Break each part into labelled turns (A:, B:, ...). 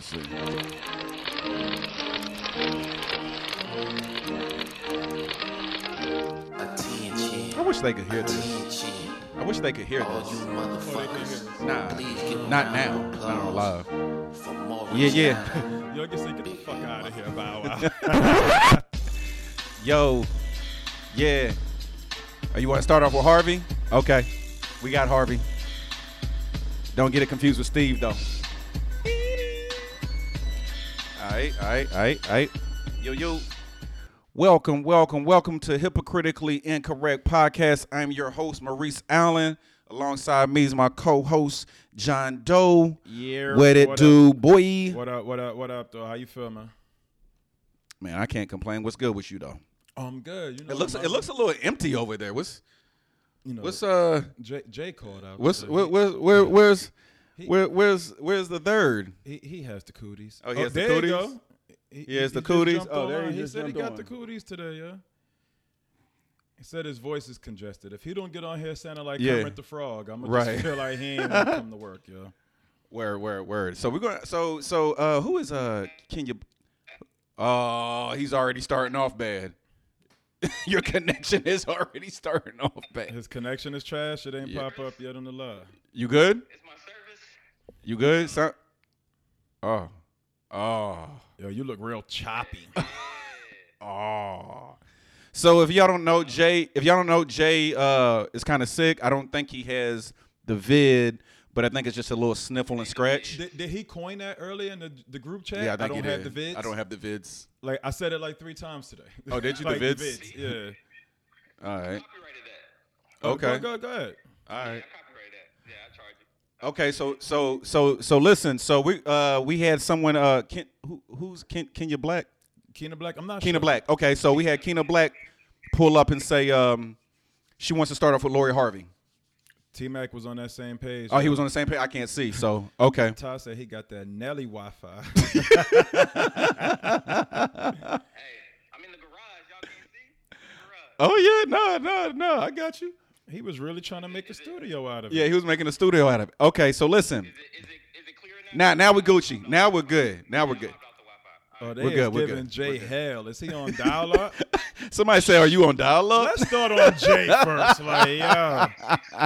A: see.
B: Attention.
A: I wish they could hear this.
B: Attention.
A: I wish they could hear
B: All you
A: this.
B: motherfuckers.
A: Nah,
B: Oh, Please give a
A: not now.
B: round of
A: Not on
B: applause
A: live.
B: For Morris
A: Yeah, yeah.
C: Yo, can say get the fuck out of here, Bow Wow.
A: Yo, yeah. Oh, you want to start off with Harvey? Okay, we got Harvey. Don't get it confused with Steve though. All right, all right, all right, all right. Yo, yo. Welcome, welcome, welcome to Hypocritically Incorrect Podcast. I'm your host, Maurice Allen. Alongside me is my co-host, John Doe.
C: Yeah,
A: What it
C: what
A: do, boy?
C: what up, what up, what up, though? How you feel, man?
A: Man, I can't complain. What's good with you though?
C: Oh, I'm good. You know,
A: It looks
C: I'm-
A: it looks a little empty over there. What's
C: You know,
A: what's uh
C: J, J called out.
A: What's
C: today.
A: where, where, where, where's where, where's where's the third?
C: he, he, he has the cooties.
A: Oh, he has the
C: there
A: cooties?
C: You go. He,
A: has the
C: just
A: cooties?
C: jumped
A: Oh, there he
C: on.
A: just
C: said he
A: jumped
C: got
A: on.
C: the cooties today, yeah. He said his voice is congested. If he don't get on here sounding like
A: Yeah.
C: Kermit the Frog, I'm gonna
A: Right.
C: just feel like he ain't gonna come to work, yo.
A: Where where where? So we're gonna so so uh who is uh Kenya? Oh, he's already starting off bad. Your connection is already starting off bad.
C: His connection is trash. It ain't
A: Yeah.
C: pop up yet on the live.
A: You good?
D: It's my service.
A: You good? So, oh oh
C: Yo, you look real choppy.
A: oh. So if y'all don't know Jay, if y'all don't know Jay uh is kind of sick. I don't think he has the vid, but I think it's just a little sniffle and scratch.
C: did, did he coin that earlier in the, the group chat?
A: Yeah, I think
C: don't
A: he
C: have
A: did.
C: the vids.
A: I don't have the vids.
C: Like I said it like three times today.
A: Oh, did you? The
C: like
A: vids?
C: Yeah.
A: All right.
D: Copyrighted that.
C: Oh, go-
A: Okay.
C: Go, go ahead.
A: All right.
D: I copyrighted that. Yeah, I charge you.
A: Okay. So so so so listen. So we uh we had someone uh Ken, who who's Ken, Kenya Black
C: Keena Black. I'm not
A: Kenya
C: sure.
A: Black. Okay. So we had Kenya Black pull up and say um she wants to start off with Lori Harvey.
C: T Mac was on that same page.
A: Oh, he was on the same page. I can't see. So okay.
C: Ty said he got that Nelly Wi Fi.
D: Hey, I'm in the garage. Y'all can't see? I'm in the garage.
A: Oh yeah. No no no. I got you.
C: he was really trying to make a studio out of it.
A: Yeah, he was making a studio out of it. Okay. So listen.
D: Is it, is it, is it clear
A: Now
D: now?
A: now we're Gucci. Now we're good. Now we're good.
D: I'm out the Wi-Fi.
C: Oh, they
A: We're
C: is
A: good, we're
C: giving
A: good,
C: Jay hell. Is he on dial up?
A: Somebody say, are you on dial up?
C: Let's start on Jay first. Like, yeah.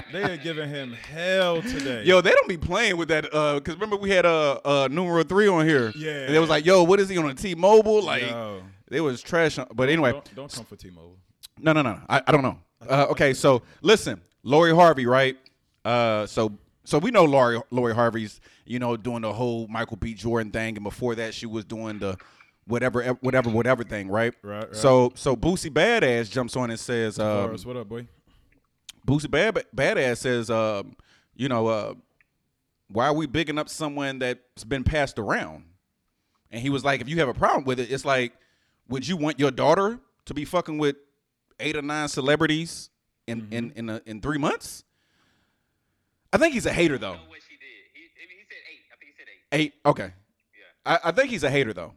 C: They are giving him hell today.
A: Yo, they don't be playing with that. Uh, cause remember we had uh, uh numero three on here.
C: Yeah.
A: and it was like, yo, what is he on a T-Mobile? Like,
C: No.
A: they was trash. On, but anyway,
C: Don't, don't come for T Mobile.
A: no, no, no. I, I don't know. Uh, okay, so listen, Lori Harvey, right? Uh, so so we know Lori Lori Harvey's, you know, doing the whole Michael B. Jordan thing, and before that, she was doing the whatever, whatever, whatever thing, right?
C: Right, right.
A: So so Boosie Badass jumps on and says, um,
C: Forrest, what up, boy?
A: Boosie Bad Badass says, um, you know, uh, why are we bigging up someone that's been passed around? And he was like, if you have a problem with it, it's like, would you want your daughter to be fucking with eight or nine celebrities in in in, a, in three months? I think he's a hater though.
D: I know what she did. He, he said eight. I think he said eight.
A: Eight, okay.
D: Yeah.
A: I, I think he's a hater though.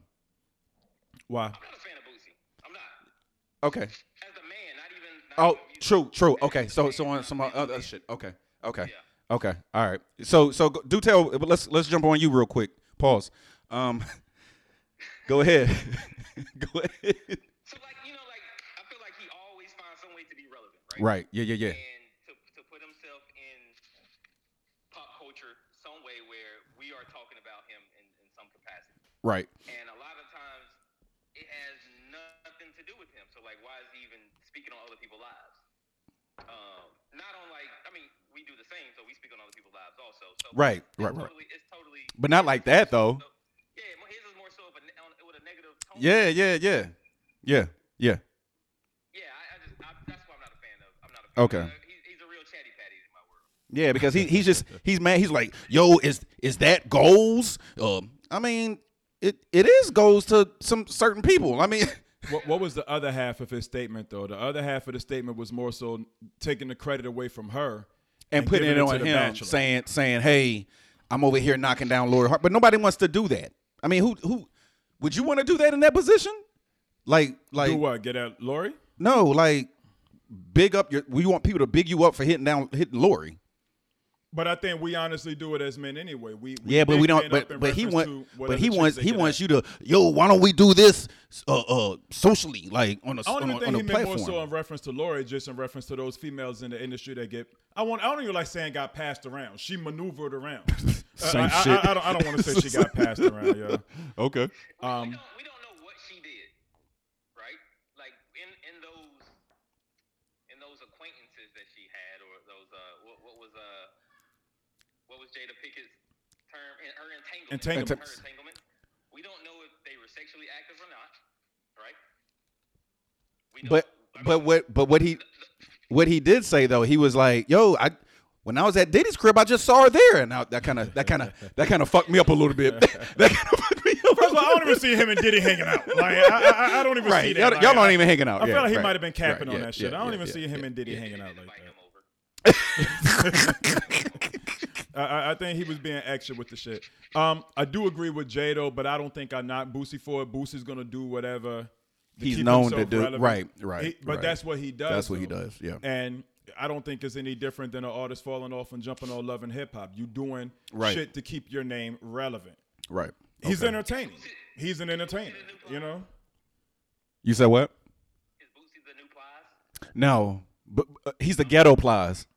C: Why?
D: I'm not a fan of Boosie. I'm not.
A: Okay.
D: As a man, not even. Not
A: Oh,
D: even you.
A: true, true. Okay, so so on some other shit. Okay, okay, okay. All right. So so go- do tell. But let's let's jump on you real quick. Pause. Um, go ahead. go ahead.
D: So, like, you know, like, I feel like he always finds some way to be relevant, right?
A: Right. Yeah. Yeah. Yeah.
D: and to, to put himself in pop culture some way where we are talking about him in, in some capacity.
A: Right.
D: And a lot of times it has nothing to do with him. So like why is he even speaking on other people's lives? Um, not on like I mean, we do the same, so we speak on other people's lives also. So
A: Right,
D: it's
A: right, right.
D: Totally, it's totally
A: But not like that though.
D: so, yeah, mo- his is more so of a, ne- on, with a negative tone.
A: Yeah. Yeah. Yeah. Yeah. Yeah.
D: Yeah, I, I just I, that's why I'm not a fan of. I'm not a fan.
A: Okay.
D: Of, he's, he's a real chatty patty in my world.
A: Yeah. Because he he's just he's mad. He's like, yo, is is that goals? Um, I mean, it it is goals to some certain people. I mean,
C: What, what was the other half of his statement, though? The other half of the statement was more so taking the credit away from her
A: and putting it
C: giving to
A: on
C: the
A: him,
C: bachelor.
A: saying saying, "Hey, I'm over here knocking down Lori Hart," but nobody wants to do that. I mean, who who would you want to do that in that position? Like like
C: "Do what? Get at Lori."
A: no, like big up your. We want people to big you up for hitting down hitting Lori.
C: But I think we honestly do it as men anyway. We, we
A: Yeah, but we
C: big
A: don't.
C: men up
A: But
C: in
A: but he want.
C: reference to what
A: But
C: other
A: he
C: chicks
A: wants.
C: they
A: He
C: get
A: wants
C: at.
A: you to. Yo, why don't we do this? Uh, uh, socially, like on a
C: I don't
A: on,
C: even
A: a-
C: think
A: on
C: he
A: a
C: meant more so in
A: platform.
C: reference to Lori, just in reference to those females in the industry that get. I want. I don't even like saying got passed around. She maneuvered around. Uh,
A: Same
C: I, I-
A: shit.
C: I, I don't, I don't want to say she got passed around. Yeah.
A: Okay.
D: We,
C: Um,
D: we, don't, we don't know what she did, right? Like in in those in those acquaintances that she had, or those uh, what, what was uh, what was Jada Pickett's term? In, her entanglement.
C: Entanglements.
D: Her entanglement. We don't know if they were sexually active or not, right? We
A: But
D: I
A: but
D: mean,
A: what but what he what he did say though he was like yo I when I was at Diddy's crib I just saw her there and I, that kind of that kind of that kind of fucked me up a little bit. that kind of fucked me up.
C: First of all, I don't even see him and Diddy hanging out. Like I, I, I don't even see
A: right,
C: that.
A: y'all,
C: Like,
A: y'all
C: I-
A: don't even hanging out.
C: I
A: yeah,
C: feel like he
A: right,
C: might have been capping
A: right,
C: on
A: yeah,
C: that shit.
A: yeah,
C: I don't
A: yeah,
C: even
A: yeah,
C: see him
A: yeah.
C: and Diddy hanging
D: didn't
C: out like
D: invite him
C: that.
D: over.
C: I, I- I think he was being extra with the shit. Um, I do agree with Jado, but I don't think I knock Boosie for it. Boosie's gonna do whatever to
A: He's
C: keep
A: known
C: himself
A: to do-
C: relevant.
A: right, right,
C: He- but
A: right.
C: that's what he does.
A: That's what he
C: though.
A: does, yeah.
C: And I don't think it's any different than an artist falling off and jumping on love and hip hop. You doing
A: Right.
C: shit to keep your name relevant.
A: Right.
C: He's
A: Okay.
C: entertaining. He's an entertainer. You know.
A: You said what?
D: Is Boosie the new Plies?
A: No, but uh, he's the ghetto plies.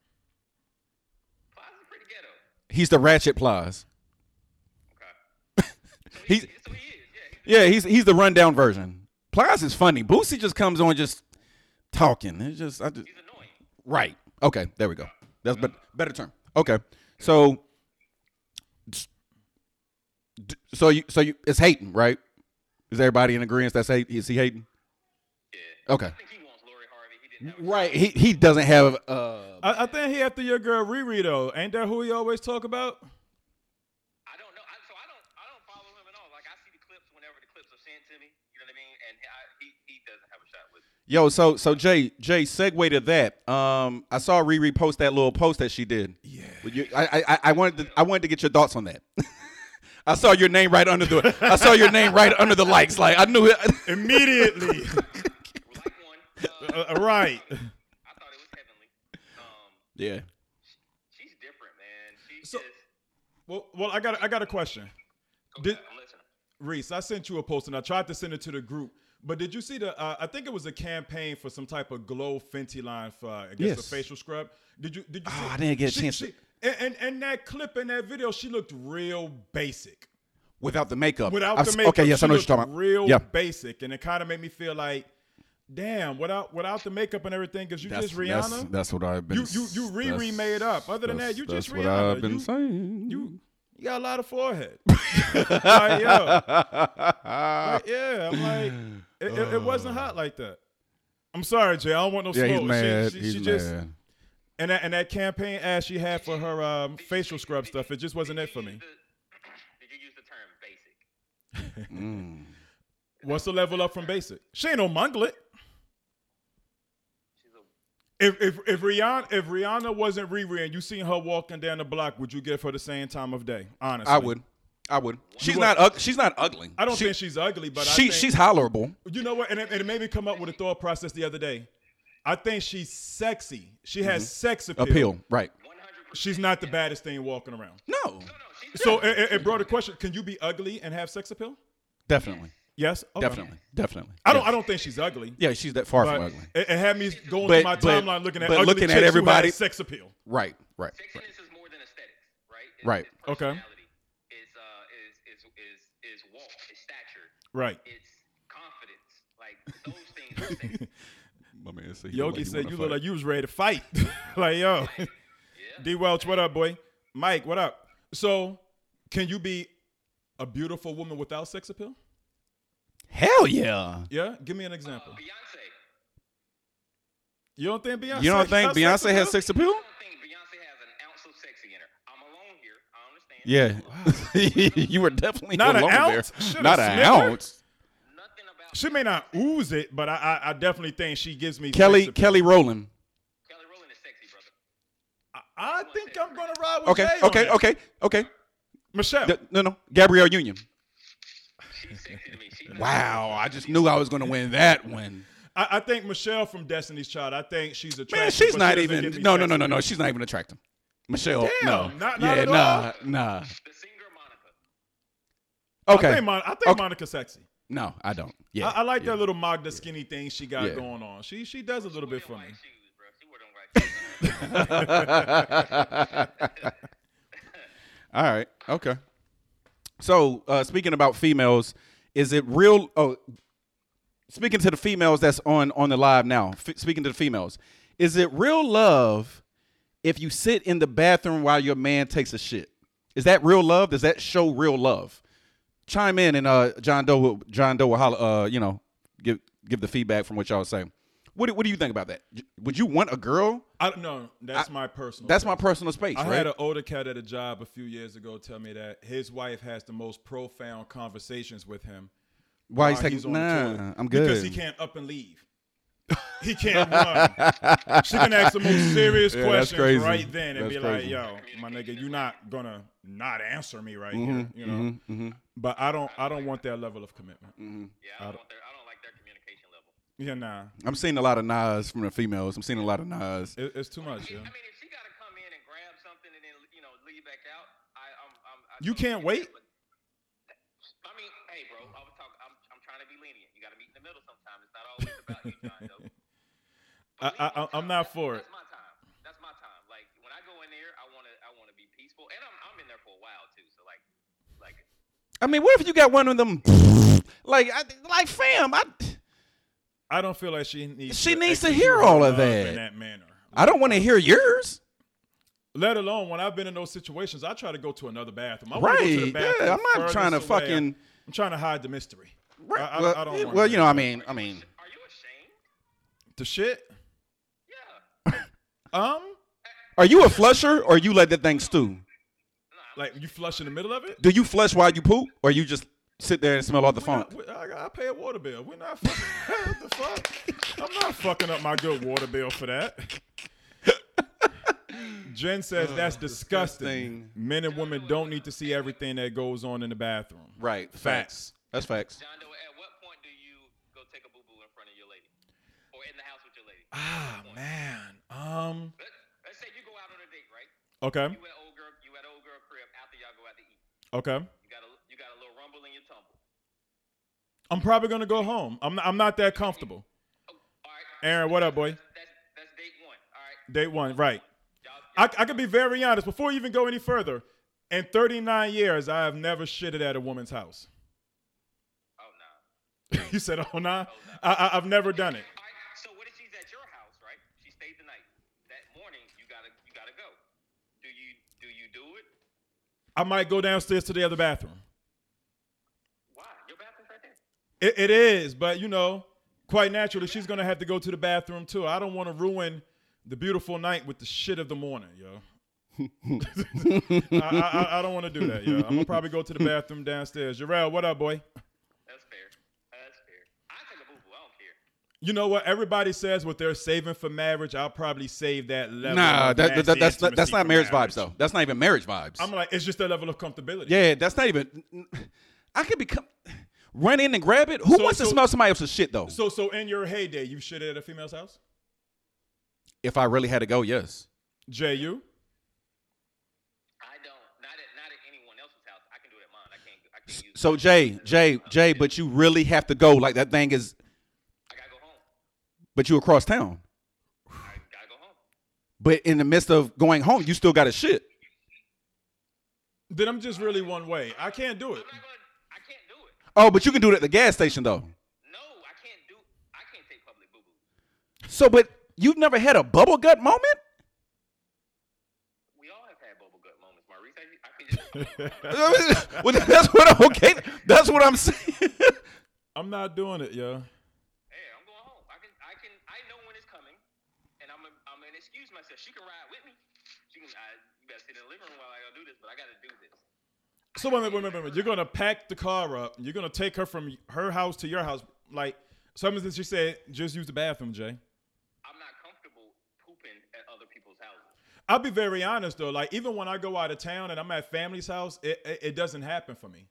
D: Plies is pretty ghetto.
A: He's the ratchet plies.
D: Okay.
A: He's
D: So he is, yeah. He's
A: yeah, he's he's the rundown version. Plies is funny. Boosie just comes on just talking. It's just I just
D: he's annoying.
A: right. Mm-hmm. Okay, there we go. That's bet better term. Okay, so d- so you so you it's hating right? Is everybody in agreement that's hate? Is he hating?
D: Yeah.
A: Okay.
D: I think he wants Lori Harvey. He didn't have a
A: Right. He he doesn't have uh.
C: I, I think he after your girl Riri though. Ain't that who he always talk about?
D: I don't know. I, so I don't. I don't follow him at all. Like I see the clips whenever the clips are sent to me. You know what I mean? And he- I, he he doesn't have a shot with. It.
A: Yo, so so Jay Jay segue to that. Um, I saw Riri post that little post that she did. Yeah, you, I, I I wanted to I wanted to get your thoughts on that. I saw your name right under the I saw your name right under the likes. Like I knew it.
C: Immediately.
D: Like one. Uh,
C: Uh, right.
D: I thought it was heavenly. Um,
A: yeah,
D: she's different, man. She's
C: So-
D: just.
C: Well, well, I got I got a question.
D: Go
C: Did-
D: ahead, I'm listening.
C: Reese, I sent you a post and I tried to send it to the group. But did you see the? Uh, I think it was a campaign for some type of glow Fenty line for uh, I guess
A: Yes.
C: a facial scrub. Did you? Did you?
A: Oh,
C: see-
A: I didn't get a
C: she-
A: chance
C: She,
A: to-
C: and, and and that clip in that video, she looked real basic
A: without the makeup.
C: without
A: I've
C: the
A: s-
C: makeup.
A: Okay, yes,
C: she
A: I know what
C: looked
A: you're talking about.
C: Real
A: yeah,
C: basic, and it kind of made me feel like, damn, without without the makeup and everything, because you just Rihanna.
A: That's, that's what I've been.
C: You- you- you Riri
A: that's-
C: made up. Other than
A: that's-
C: that, you just
A: that's what
C: Rihanna.
A: I've been
C: You-
A: saying.
C: you you got a lot of forehead. like, yo, like, yeah, I'm like, it, it, it wasn't hot like that. I'm sorry, Jay. I don't want no
A: Uh. yeah,
C: smoke.
A: he's mad.
C: She, she,
A: he's
C: she
A: mad.
C: just and that, and that campaign ad she had for her um, facial scrub stuff. It just wasn't it for me.
D: Did you use the- Did you use the term basic?
C: What's the level up from basic? She ain't no munglet.
D: She's a.
C: If if if Rihanna if Rihanna wasn't Riri and you seen her walking down the block, would you give her the same time of day? Honestly,
A: I would. I would. She's
C: would.
A: not. Ug- she's not ugly.
C: I don't
A: She-
C: think she's ugly, but I
A: She
C: think,
A: she's hollerable.
C: You know what? And it, and it made me come up with a thought process the other day. I think she's sexy. She has sex appeal.
A: Mm-hmm. Appeal. Right.
D: 100%.
C: She's not the baddest thing walking around.
A: No.
D: No, no, she's
C: So eh, it, it- it brought a question: Can you be ugly and have sex appeal?
A: Definitely.
C: Yes, Okay.
A: Definitely. Definitely.
C: I don't. I don't think she's ugly.
A: Yeah, she's that far
C: But
A: from ugly.
C: it, it had me going
A: But-
C: through my
A: but-
C: timeline looking at
A: but
C: ugly
A: looking at
C: chicks who
A: everybody-
C: had sex appeal.
A: Right, right.
D: Sexiness is more than aesthetics, right? It's,
A: Right.
D: It's
C: Okay.
D: personality. It's uh, is is is is walk, it's stature,
C: Right.
D: it's confidence. Like those things. Are sexy.
A: My man said he
C: Yogi
A: looked
C: said
A: he
C: you
A: wanna
C: look like you was ready to fight. like yo, D Welch, what up, boy? Mike, what up? So, can you be a beautiful woman without sex appeal?
A: fight. Hell yeah.
C: Yeah, give me an example.
D: Uh, Beyonce.
C: You don't think Beyonce?
A: You don't think
C: has sex
A: Beyonce has
C: appeal?
A: sex appeal?
D: I don't think Beyonce has an ounce of sexy in her. I'm alone here. I understand.
A: Yeah. you were definitely
C: Not an
A: alone
C: ounce?
A: there.
C: Shoulda
A: Not an
C: sniffed her.
A: ounce.
D: Nothing about
C: She may not ooze it, but I, I, I definitely think she gives me
A: Kelly
C: sex appeal.
A: Kelly Rowland.
D: Kelly Rowland is sexy, brother.
C: I, I think I'm gonna ride with
A: Okay,
C: Jay on
A: okay,
C: that.
A: okay, okay.
C: Michelle.
A: D- No, no. Gabrielle Union.
D: She's sexy to me. She's not-
A: Wow, I just knew I was going to win that one.
C: I, I think Michelle from Destiny's Child. I think she's attractive.
A: Man, she's
C: but
A: not
C: she doesn't give
A: even
C: me
A: No, no,
C: sex
A: no, no,
C: appeal.
A: no. She's not even attractive. Michelle,
C: Damn,
A: no,
C: not- not
A: yeah,
C: at
A: nah,
C: all?
A: nah.
D: The singer Monica.
C: I
A: Okay,
C: think, Mon- I think
A: Okay.
C: Monica's sexy.
A: no, I don't. Yeah,
C: I, I like
A: yeah.
C: that little Magda skinny thing she got
A: Yeah.
C: going on. She she does a little
D: She
C: bit
D: wore
C: for
D: them
C: me.
D: white shoes, bro. She wore them white shoes.
A: All right. Okay. So, uh, speaking about females, is it real? Oh, speaking to the females that's on on the live now. F- speaking to the females, is it real love if you sit in the bathroom while your man takes a shit? Is that real love? Does that show real love? Chime in and uh, John Doe, will- John Doe will holler. Uh, you know, give give the feedback from what y'all say. What do, what do you think about that? J- Would you want a girl?
C: I don't know. That's my personal.
A: That's
C: thing.
A: my personal space,
C: I
A: right?
C: had an older cat at a job a few years ago tell me that his wife has the most profound conversations with him
A: Why he's
C: while
A: taking?
C: he's on the
A: Nah,
C: toilet
A: I'm good.
C: because he can't up and leave. He can't run. she can ask the most serious
A: Yeah, that's
C: questions
A: crazy.
C: right then and
A: That's
C: be
A: crazy.
C: like, "Yo, my nigga, you're not gonna not answer me right
A: Mm-hmm,
C: here," you know. But I don't, I don't want that level of commitment.
A: mm-hmm.
D: yeah, I don't, want their, I don't like their communication level.
C: Yeah, nah,
A: I'm seeing a lot of Nas from the females. I'm seeing a lot of Nas.
C: it, it's too much. Yeah.
D: I mean, if she got to come in and grab something and then you know leave back out, I, I'm, I'm I
C: You
D: totally
C: can't
D: get
C: wait?
D: that, but- I mean, hey, bro, I was talking. I'm, I'm trying to be lenient. You got to meet in the middle sometimes. It's not always about you, John. Doe.
C: I,
D: But leave
C: I,
D: on
C: I'm
D: time.
C: not
D: That's-
C: for it.
D: That's my time. That's my time. Like when I go in there, I want to, I want to be peaceful, and I'm, I'm in there for a while too. So like, like
A: I mean, what if you got one of them? Like, I, like, fam, I,
C: I don't feel like she needs.
A: She needs to
C: execute
A: hear
C: her
A: all of
C: love
A: that.
C: in that manner.
A: I don't want to hear yours.
C: Let alone when I've been in those situations, I try to go to another bathroom. I wanna go to the
A: Right?
C: bathroom
A: Yeah, I'm not
C: furthest
A: trying to
C: away.
A: fucking.
C: I'm trying to hide the mystery.
A: Right,
C: I, I,
A: well,
C: I don't.
A: yeah,
C: wanna
A: well,
C: do
A: you know,
C: that.
A: I mean, I mean,
D: are you ashamed?
C: the shit.
D: Yeah.
C: Um,
A: are you a flusher or you let that thing stew?
C: like you flush in the middle of it.
A: Do you flush while you poop or you just sit there and smell all the
C: We not-
A: funk?
C: we- I, I pay a water bill. We're not fucking. what the fuck? I'm not fucking up my good water bill for that. Jen says that's disgusting.
A: disgusting.
C: Men and women don't need to see everything that goes on in the bathroom.
A: Right.
C: Facts.
A: That's facts.
D: John Doe, at what point do you go take a boo boo in front of your lady, or in the house with your lady?
C: Ah man. Um.
D: Let, let's say you go out on a date, right?
C: Okay.
D: You at old girl, you at old girl crib after y'all go out to eat.
C: Okay.
D: You got a, you got a little rumble in your tumble.
C: I'm probably gonna go home. I'm not, I'm not that comfortable.
D: Oh, all right.
C: Aaron, what up, boy?
D: That's, that's date one. All right.
C: Day one, right?
D: Y'all,
C: I, I could be very honest. Before you even go any further, in 39 years, I have never shitted at a woman's house.
D: oh no.
C: you said, "Oh nah," I, I, I've never done it.
D: All right. So what if she's at your house, right? She stayed the night. That morning, you gotta you gotta go. Do you do you do it?
C: I might go downstairs to the other bathroom.
D: Why? Your bathroom's right there.
C: It, it is, but you know, quite naturally, she's gonna have to go to the bathroom too. I don't want to ruin the beautiful night with the shit of the morning, yo. I, I, I- I don't want to do that, yo. I'm gonna probably go to the bathroom downstairs. Jarrell, what up, boy?
D: That's fair. That's fair. I take a boo boo. I don't care.
C: You know what? Everybody says what they're saving for marriage. I'll probably save that level.
A: Nah, that,
C: of
A: that-
C: nasty
A: that's not,
C: intimacy
A: that's not
C: for
A: marriage vibes though. That's not even marriage vibes.
C: I'm like, it's just that level of comfortability.
A: Yeah, that's not even. I could become run in and grab it. Who
C: So-
A: wants to
C: so-
A: smell somebody else's shit though?
C: So, so in your heyday, you shit at a female's house?
A: if I really had to go, yes.
C: Jay, you?
D: I don't. Not at not at anyone else's house. I can do it at mine. I can't. I can't use.
A: So Jay, Jay, Jay, but you really have to go. Like that thing is,
D: I gotta go home.
A: but you across town.
D: I gotta go home.
A: But in the midst of going home, you still got a shit.
C: Then I'm just really one way. I can't do it.
D: I'm not gonna. I can't do it.
A: Oh, but you can do it at the gas station though.
D: No, I can't do. I can't take public boo boo.
A: So, but you've never had a bubble gut moment.
D: We all have had bubble gut moments, Maurice. I, I can just.
A: well, that's what. Okay, that's what I'm saying.
C: I'm not doing it, yo.
D: hey, I'm going home. I can. I can. I know when it's coming, and I'm. A, I'm gonna excuse myself. She can ride with me. She can. I, you better sit in the living room while I go do this, but I gotta do this.
C: So wait, wait, wait, wait, wait, wait. You're gonna pack the car up. You're gonna take her from her house to your house. Like something that you said, just use the bathroom, Jay.
D: I'm not comfortable pooping at other people's houses.
C: I'll be very honest though. Like even when I go out of town and I'm at family's house, it, it, it doesn't happen for me.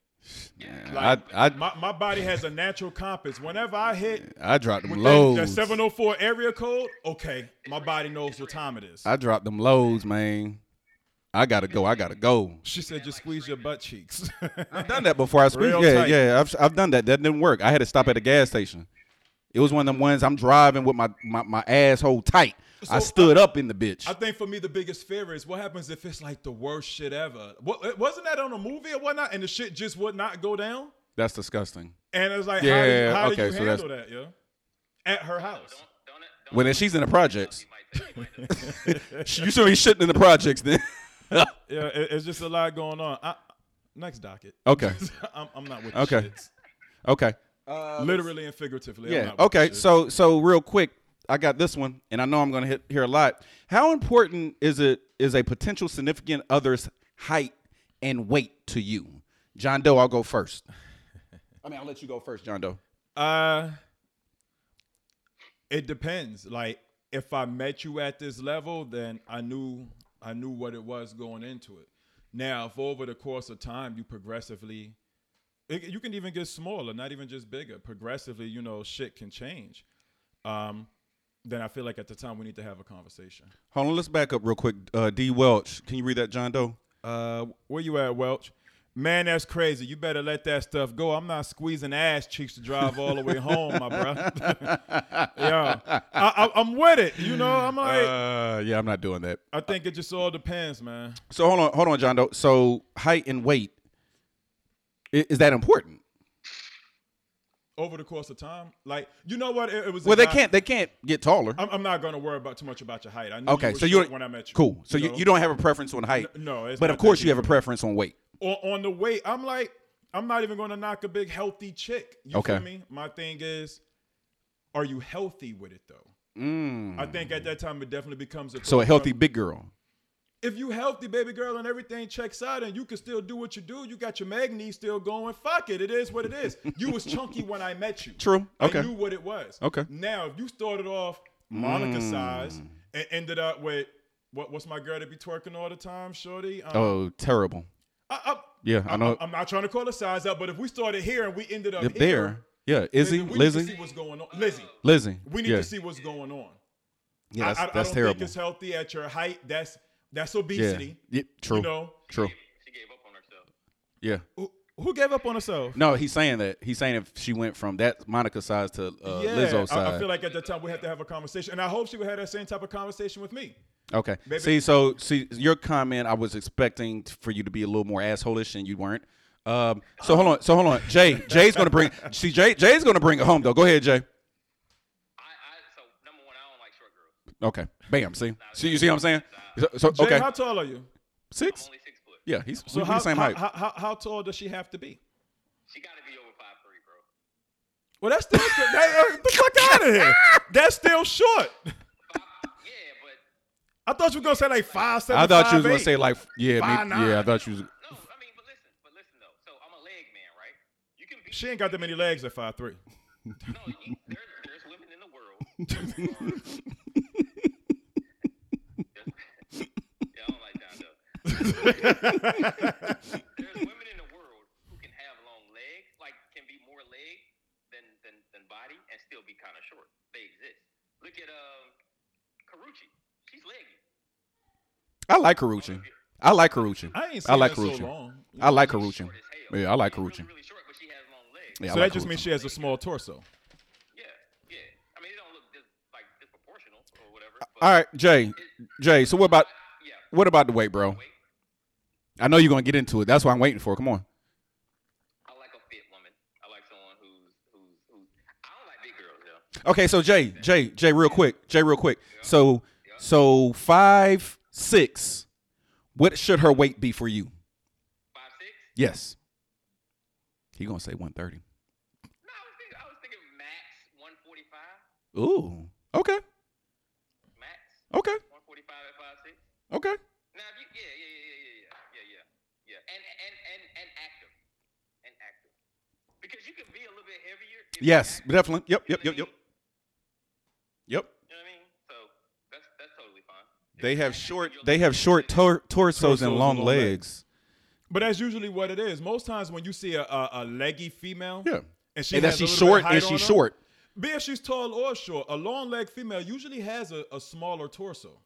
A: I, I,
C: My, my body has a natural compass. Whenever I hit oh
A: I dropped them
C: the, the
A: loads.
C: 704 area code, okay, my body knows what time it is.
A: I dropped them loads, man. I gotta go. I gotta go.
C: She said, just squeeze your butt cheeks.
A: I've done that before. I squeezed.
C: Real
A: Yeah,
C: tight.
A: yeah. I've I've done that. That didn't work. I had to stop at a gas station. It was one of them ones I'm driving with my my, my asshole tight. I
C: So, uh,
A: stood up in the bitch.
C: I think for me the biggest fear is what happens if it's like the worst shit ever. What wasn't that on a movie or whatnot, and the shit just would not go down.
A: That's disgusting.
C: And it's like, how, do
A: Yeah,
C: you, how do
A: okay,
C: you
A: so that's-
C: handle that, yo? At her house.
D: Don't, don't,
A: Well, then she's in the projects.
D: you might think, you might think.
A: you sure he shouldn't in the projects then?
C: Yeah, it, it's just a lot going on. I, next docket.
A: Okay.
C: I'm, I'm not with
A: Okay.
C: okay. Shits.
A: okay.
C: Literally and figuratively. I'm
A: Yeah.
C: not with
A: Okay.
C: the shits.
A: So so real quick, I got this one, and I know I'm going to hit hear a lot. How important is it is a potential significant other's height and weight to you, John Doe? I'll go first. I mean, I'll let you go first, John Doe.
C: Uh, it depends. Like, if I met you at this level, then I knew I knew what it was going into it. Now, if over the course of time you progressively, it, you can even get smaller, not even just bigger. Progressively, you know, shit can change. Um, then I feel like at the time we need to have a conversation.
A: Hold on, let's back up real quick. Uh, D. Welch, can you read that, John Doe?
C: Uh, where you at, Welch? Man, that's crazy. You better let that stuff go. I'm not squeezing ass cheeks to drive all the way home, my bro. yeah, I, I, I'm with it. You know, I'm like,
A: Uh, yeah, I'm not doing that.
C: I think it just all depends, man.
A: So hold on, hold on, John Doe. So height and weight i- is, that important?
C: Over the course of time, like, you know what? It, it was. a
A: Well, they
C: guy-
A: can't they can't get taller.
C: I'm, I'm not gonna worry about too much about your height. I knew
A: Okay,
C: you were
A: so
C: short
A: you're
C: when I met you.
A: Cool. So you,
C: know?
A: you don't have a preference on height.
C: N- no, it's
A: but
C: not
A: of course
C: that
A: you have a preference on weight.
C: on, on the weight, I'm like, I'm not even gonna knock a big healthy chick. You
A: Okay.
C: feel me? My thing is, are you healthy with it though? I think at that time it definitely becomes a
A: Mm. So a healthy big girl.
C: If you healthy, baby girl, and everything checks out, and you can still do what you do, you got your magnes still going. Fuck it, it is what it is. You was chunky when I met you.
A: True. Okay.
C: I knew what it was.
A: Okay. Mm.
C: Now, if you started off Monica size and ended up with what, what's my girl that be twerking all the time, shorty? Um,
A: Oh, terrible.
C: I, I,
A: Yeah, I know.
C: I'm not trying to call a size up, but if we started here and we ended up
A: If
C: here,
A: there, yeah,
C: then
A: Izzy,
C: we need to
A: Lizzie,
C: see what's going on. Lizzie,
A: Lizzie.
C: we need
A: yeah.
C: to see what's going on.
A: Yeah,
C: I,
A: that's,
C: I, I
A: that's
C: don't
A: terrible.
C: think it's healthy at your height. That's that's
A: yeah.
C: obesity.
A: yeah, true.
C: You know,
A: True.
D: she gave up on herself.
A: Yeah.
C: who, who gave up on herself?
A: No, he's saying that. He's saying if she went from that Monica size to uh, Lizzo
C: I-
A: size.
C: I, feel like at that time we had to have a conversation, and I hope she would have that same type of conversation with me.
A: Okay.
C: Maybe-
A: See, so see your comment. I was expecting t- for you to be a little more assholish, and you weren't. Um, so hold on. So hold on. Jay. Jay's gonna bring. See, Jay. Jay's gonna bring it home though. Go ahead, Jay.
D: I, I, so number one, I don't like short girls.
A: Okay. Bam. See. See. You see what I'm saying? So, so
C: Jay,
A: okay.
C: how tall are you?
A: Six.
D: Only six foot.
A: Yeah. He's
C: So
A: we
C: how,
A: the same
C: how,
A: height.
C: How, how, how tall does she have to be?
D: She got to be over five three, bro.
C: Well, that's still that, the fuck out of here. That's still short.
D: Yeah, but
C: I thought you were gonna say like five seven.
A: I thought you was
C: five,
A: gonna
C: eight.
A: say like yeah,
C: Five,
A: maybe, yeah. I
C: nine.
A: thought you was.
D: no, I mean, but listen, but listen though. So I'm a leg man, right? You can be.
C: She ain't got that many legs at five three.
D: No, you, there, there's women in the world. who are- yeah, I don't like John Doe. there's women in the world who can have long legs, like can be more leg than than, than body, and still be kind of short. They exist. Look at um, Karuchi. She's leggy.
A: I like Karuchin. I like Karuchin.
C: I ain't seen
A: I like
C: her so
A: Karuchin.
C: long.
A: I like
D: She's
A: Karuchin.
D: short as hell.
A: Yeah, I like
D: She's really,
A: Karuchin.
D: Really short, but she has long legs.
A: Yeah, I
C: So
A: like
C: that just
A: Karuchin.
C: means she has a small torso.
D: Yeah, yeah. I mean, it don't look dis- like disproportional or whatever. But
A: All right, Jay. Jay. So what about
D: Yeah,
A: what about the weight, bro?
D: wait.
A: I know you're gonna get into it. That's what I'm waiting for. Come on.
D: I like a fit woman. I like someone who's who's who's. I don't like big girls though.
A: Okay, so Jay, Jay, Jay, real quick, Jay, real quick. So, so five six. What should her weight be for you?
D: Five six.
A: Yes. He gonna say one thirty.
D: No, I was thinking. I was thinking max one forty five.
A: Ooh. Okay.
D: Max
A: Okay.
D: one forty five at five six.
A: Okay.
D: Now, if you, yeah, yeah, yeah, yeah, yeah, yeah, yeah, yeah, yeah, and and and and active, and active, because you can be a little bit heavier. if you're
A: Yes,
D: active.
A: definitely. Yep.
D: You
A: Yep.
D: know
A: Yep. Yep. Yep.
D: what I mean? You know what I mean? So that's that's totally fine. If
A: They
D: you're
A: have
D: active,
A: short.
D: you'll
A: They
D: look
A: have short
D: good.
A: tor- torsos and long
C: long
A: legs.
C: legs. But that's usually what it is. Most times when you see a, a, a leggy female,
A: Yeah.
C: and she
A: And that
C: has a
A: she's
C: little bit
A: short.
C: of
A: And
C: height
A: she's
C: on her,
A: short.
C: Be if she's tall or short, a long leg female usually has a, a smaller torso.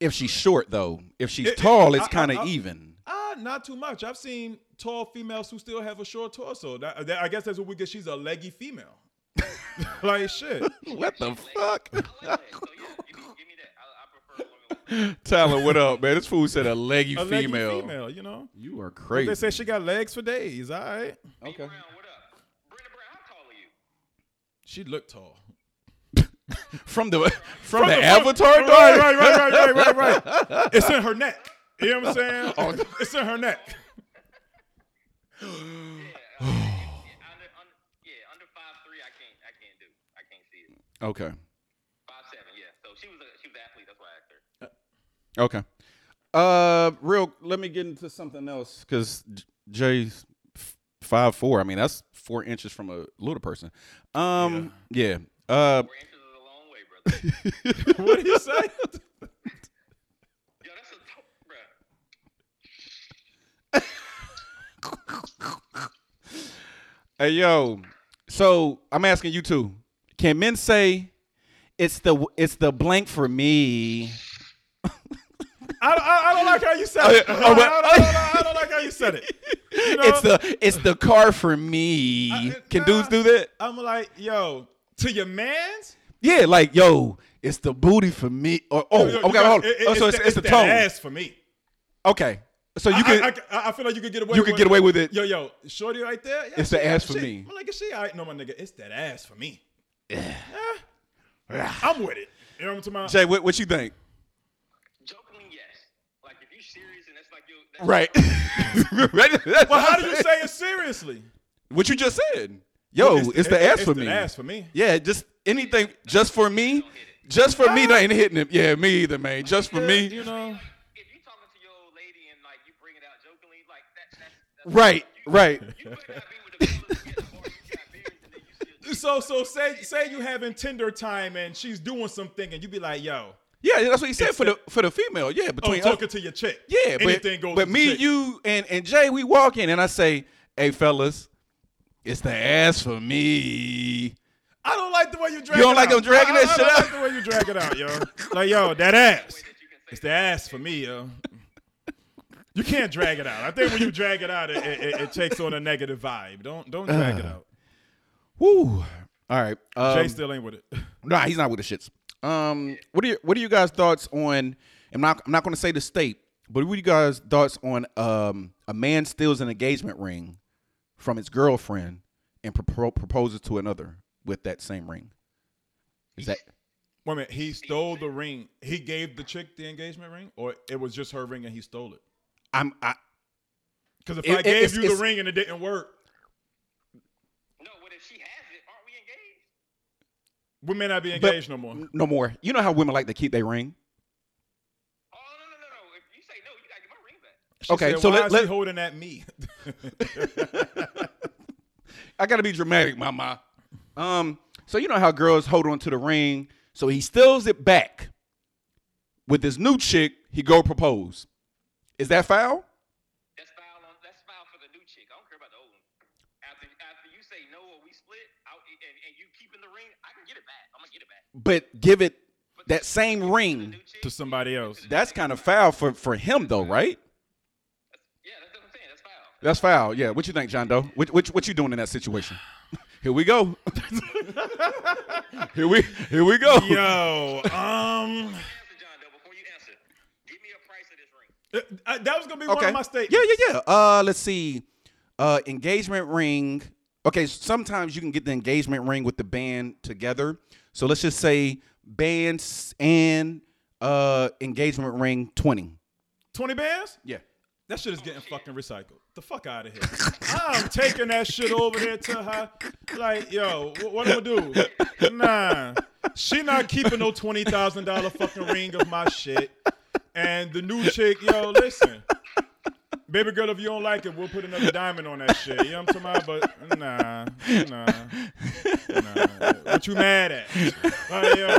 A: If she's short though, if she's
C: It- it-
A: tall, it's
C: I- I-
A: kind
C: I-
A: of even.
C: Ah, not too much. I've seen tall females who still have a short torso. That- that- I guess that's what we get. She's a leggy female. like shit.
A: What the
D: I
A: fuck?
D: like that. So yeah, give me, give me that. I, I prefer women with
A: Tyler, what up, man? This fool said a leggy,
C: A leggy
A: female.
C: female. You know.
A: You are
C: They
A: crazy.
C: say she got legs for days. All right.
A: Okay.
D: Brown, what up? Brenda Brown, how tall are you?
C: She looked tall.
A: From the from, the,
C: front-
A: avatar
C: Right,
A: dog?
C: right, right, right, right, right, right. It's in her neck. You know what I'm saying?
A: Oh,
C: It's in her neck.
D: Yeah, uh, yeah, yeah, under, under, yeah, under five three, I can't, I can't do, I can't see it.
A: Okay.
D: Five seven, yeah. So she was, a, she was an athlete. That's why I asked her.
A: Okay. Uh, real. Let me get into something else because Jay's f- five four. I mean, that's four inches from a little person. Um, yeah. Uh,
D: Four inches is a long way, brother.
C: What do you say?
D: Yo, that's a, t- bruh.
A: hey, yo. So I'm asking you two. Can men say it's the it's the blank for me?
C: I, I, I don't like how you said it.
A: Oh,
C: I,
A: yeah.
C: I,
A: Oh,
C: don't,
A: but-
C: I don't- I don't like how you said it. You know?
A: It's the it's the car for me.
C: I-
A: Can
C: nah.
A: dudes do that?
C: I'm like, yo, to your man's.
A: Yeah, like yo, it's the booty for me. Or, oh,
C: Yo, yo,
A: okay,
C: you got-
A: hold on.
C: it- it-
A: oh, so it's,
C: that-
A: it's, the
C: that
A: tone.
C: Ass for me.
A: Okay, so you
C: I-
A: can.
C: I, I- I feel like you could get away.
A: You
C: with
A: could get away with it.
C: Yo, yo, shorty right there. yeah,
A: It's the
C: she-
A: ass for
C: she-
A: me.
C: I'm like, is she? all right? no, my nigga, it's that ass for me. Yeah. I'm with it. You know what I'm talking about?
A: Jay, what, what you think?
D: Jokingly, yes. Like if you serious and that's like your that's
A: Right.
C: Well, how do you say it seriously?
A: what you just said? Yo, it's, the ass for me.
C: It's the ass for me.
A: Yeah, just anything, just for me, just for me. That ain't hitting him. Yeah, me either, man. Just for me.
C: You know.
D: If you talking to your old lady and like you bring it out jokingly, like that, that's, that's
A: Right, right.
D: You could not be with the fellas who get the bar, you got beers, and then you
C: So,
D: still.
C: so say say you having Tinder time and she's doing something and you be like, yo,
A: Yeah, that's what he said
C: It's
A: for the
C: the-
A: for the female. Yeah,
C: oh,
A: between us-
C: talking to your chick.
A: Yeah,
C: anything
A: but,
C: goes.
A: but
C: with
A: me,
C: the chick.
A: you, and and Jay, we walk in, and I say, "Hey, fellas, it's the ass for me."
C: I don't like the way you drag.
A: You don't
C: it
A: like
C: out.
A: him dragging
C: I- I-
A: that shit
C: I don't
A: out?
C: like the way you drag it out, yo. Like, yo, that ass. It's the ass for me, yo. You can't drag it out. I think when you drag it out, it, it, it- it takes on a negative vibe. Don't don't drag
A: Uh.
C: it out.
A: Woo! All right, um,
C: Jay still ain't with it.
A: Nah, he's not with the shits. Um, what are your, what are you guys thoughts on? I'm not I'm not going to say the state, but what are you guys thoughts on um a man steals an engagement ring from his girlfriend and propo- proposes to another with that same ring? Is that
C: Wait a minute. He stole the ring. He gave the chick the engagement ring, or it was just her ring and he stole it.
A: I'm I,
C: Because if
A: It-
C: I
A: it-
C: gave
A: it's-
C: you
A: it's-
C: the ring and it didn't work,
D: No, but if she has it, aren't we engaged?
C: we may not be engaged no more.
A: no more. You know how women like to keep their ring.
D: Oh no no no no! If you say no, you gotta
A: okay, so let-
C: She said, why
D: get my ring back.
C: is
A: let-
C: he holding at me?
A: I gotta be dramatic, mama. Um, so you know how girls hold on to the ring. So he steals it back. With this new chick, he go propose. Is that foul?
D: That's foul on. That's foul for the new chick. I don't care about the old one. After after you say no or we split, I, and, and you keeping the ring, I can get it back. I'm gonna get it back.
A: But give it
D: But
A: that same ring.
D: New chick,
C: to somebody else.
A: That's kind of foul for for him though, right?
D: yeah, that's what I'm saying. That's foul.
A: That's foul. Yeah. What you think, John Doe? What what, what you doing in that situation? Here we go. here we here we go.
C: Yo, um,
D: Answer, John Doe. Before you answer, give me a price of this ring.
C: uh, uh, that was gonna be one
A: Okay.
C: of my statements.
A: yeah, yeah, yeah. Uh, let's see. Uh, engagement ring. Okay, sometimes you can get the engagement ring with the band together. So let's just say bands and uh engagement ring twenty.
C: Twenty bands.
A: Yeah.
C: That shit is getting fucking recycled. The fuck out of here. I'm taking that shit over there to her. Like, yo, wh- what am I do? Nah. She not keeping no $20,000 fucking ring of my shit. And the new chick, yo, listen. Baby girl, if you don't like it, we'll put another diamond on that shit. You know what I'm talking about? But nah, nah, nah. What you mad at? Like, yo,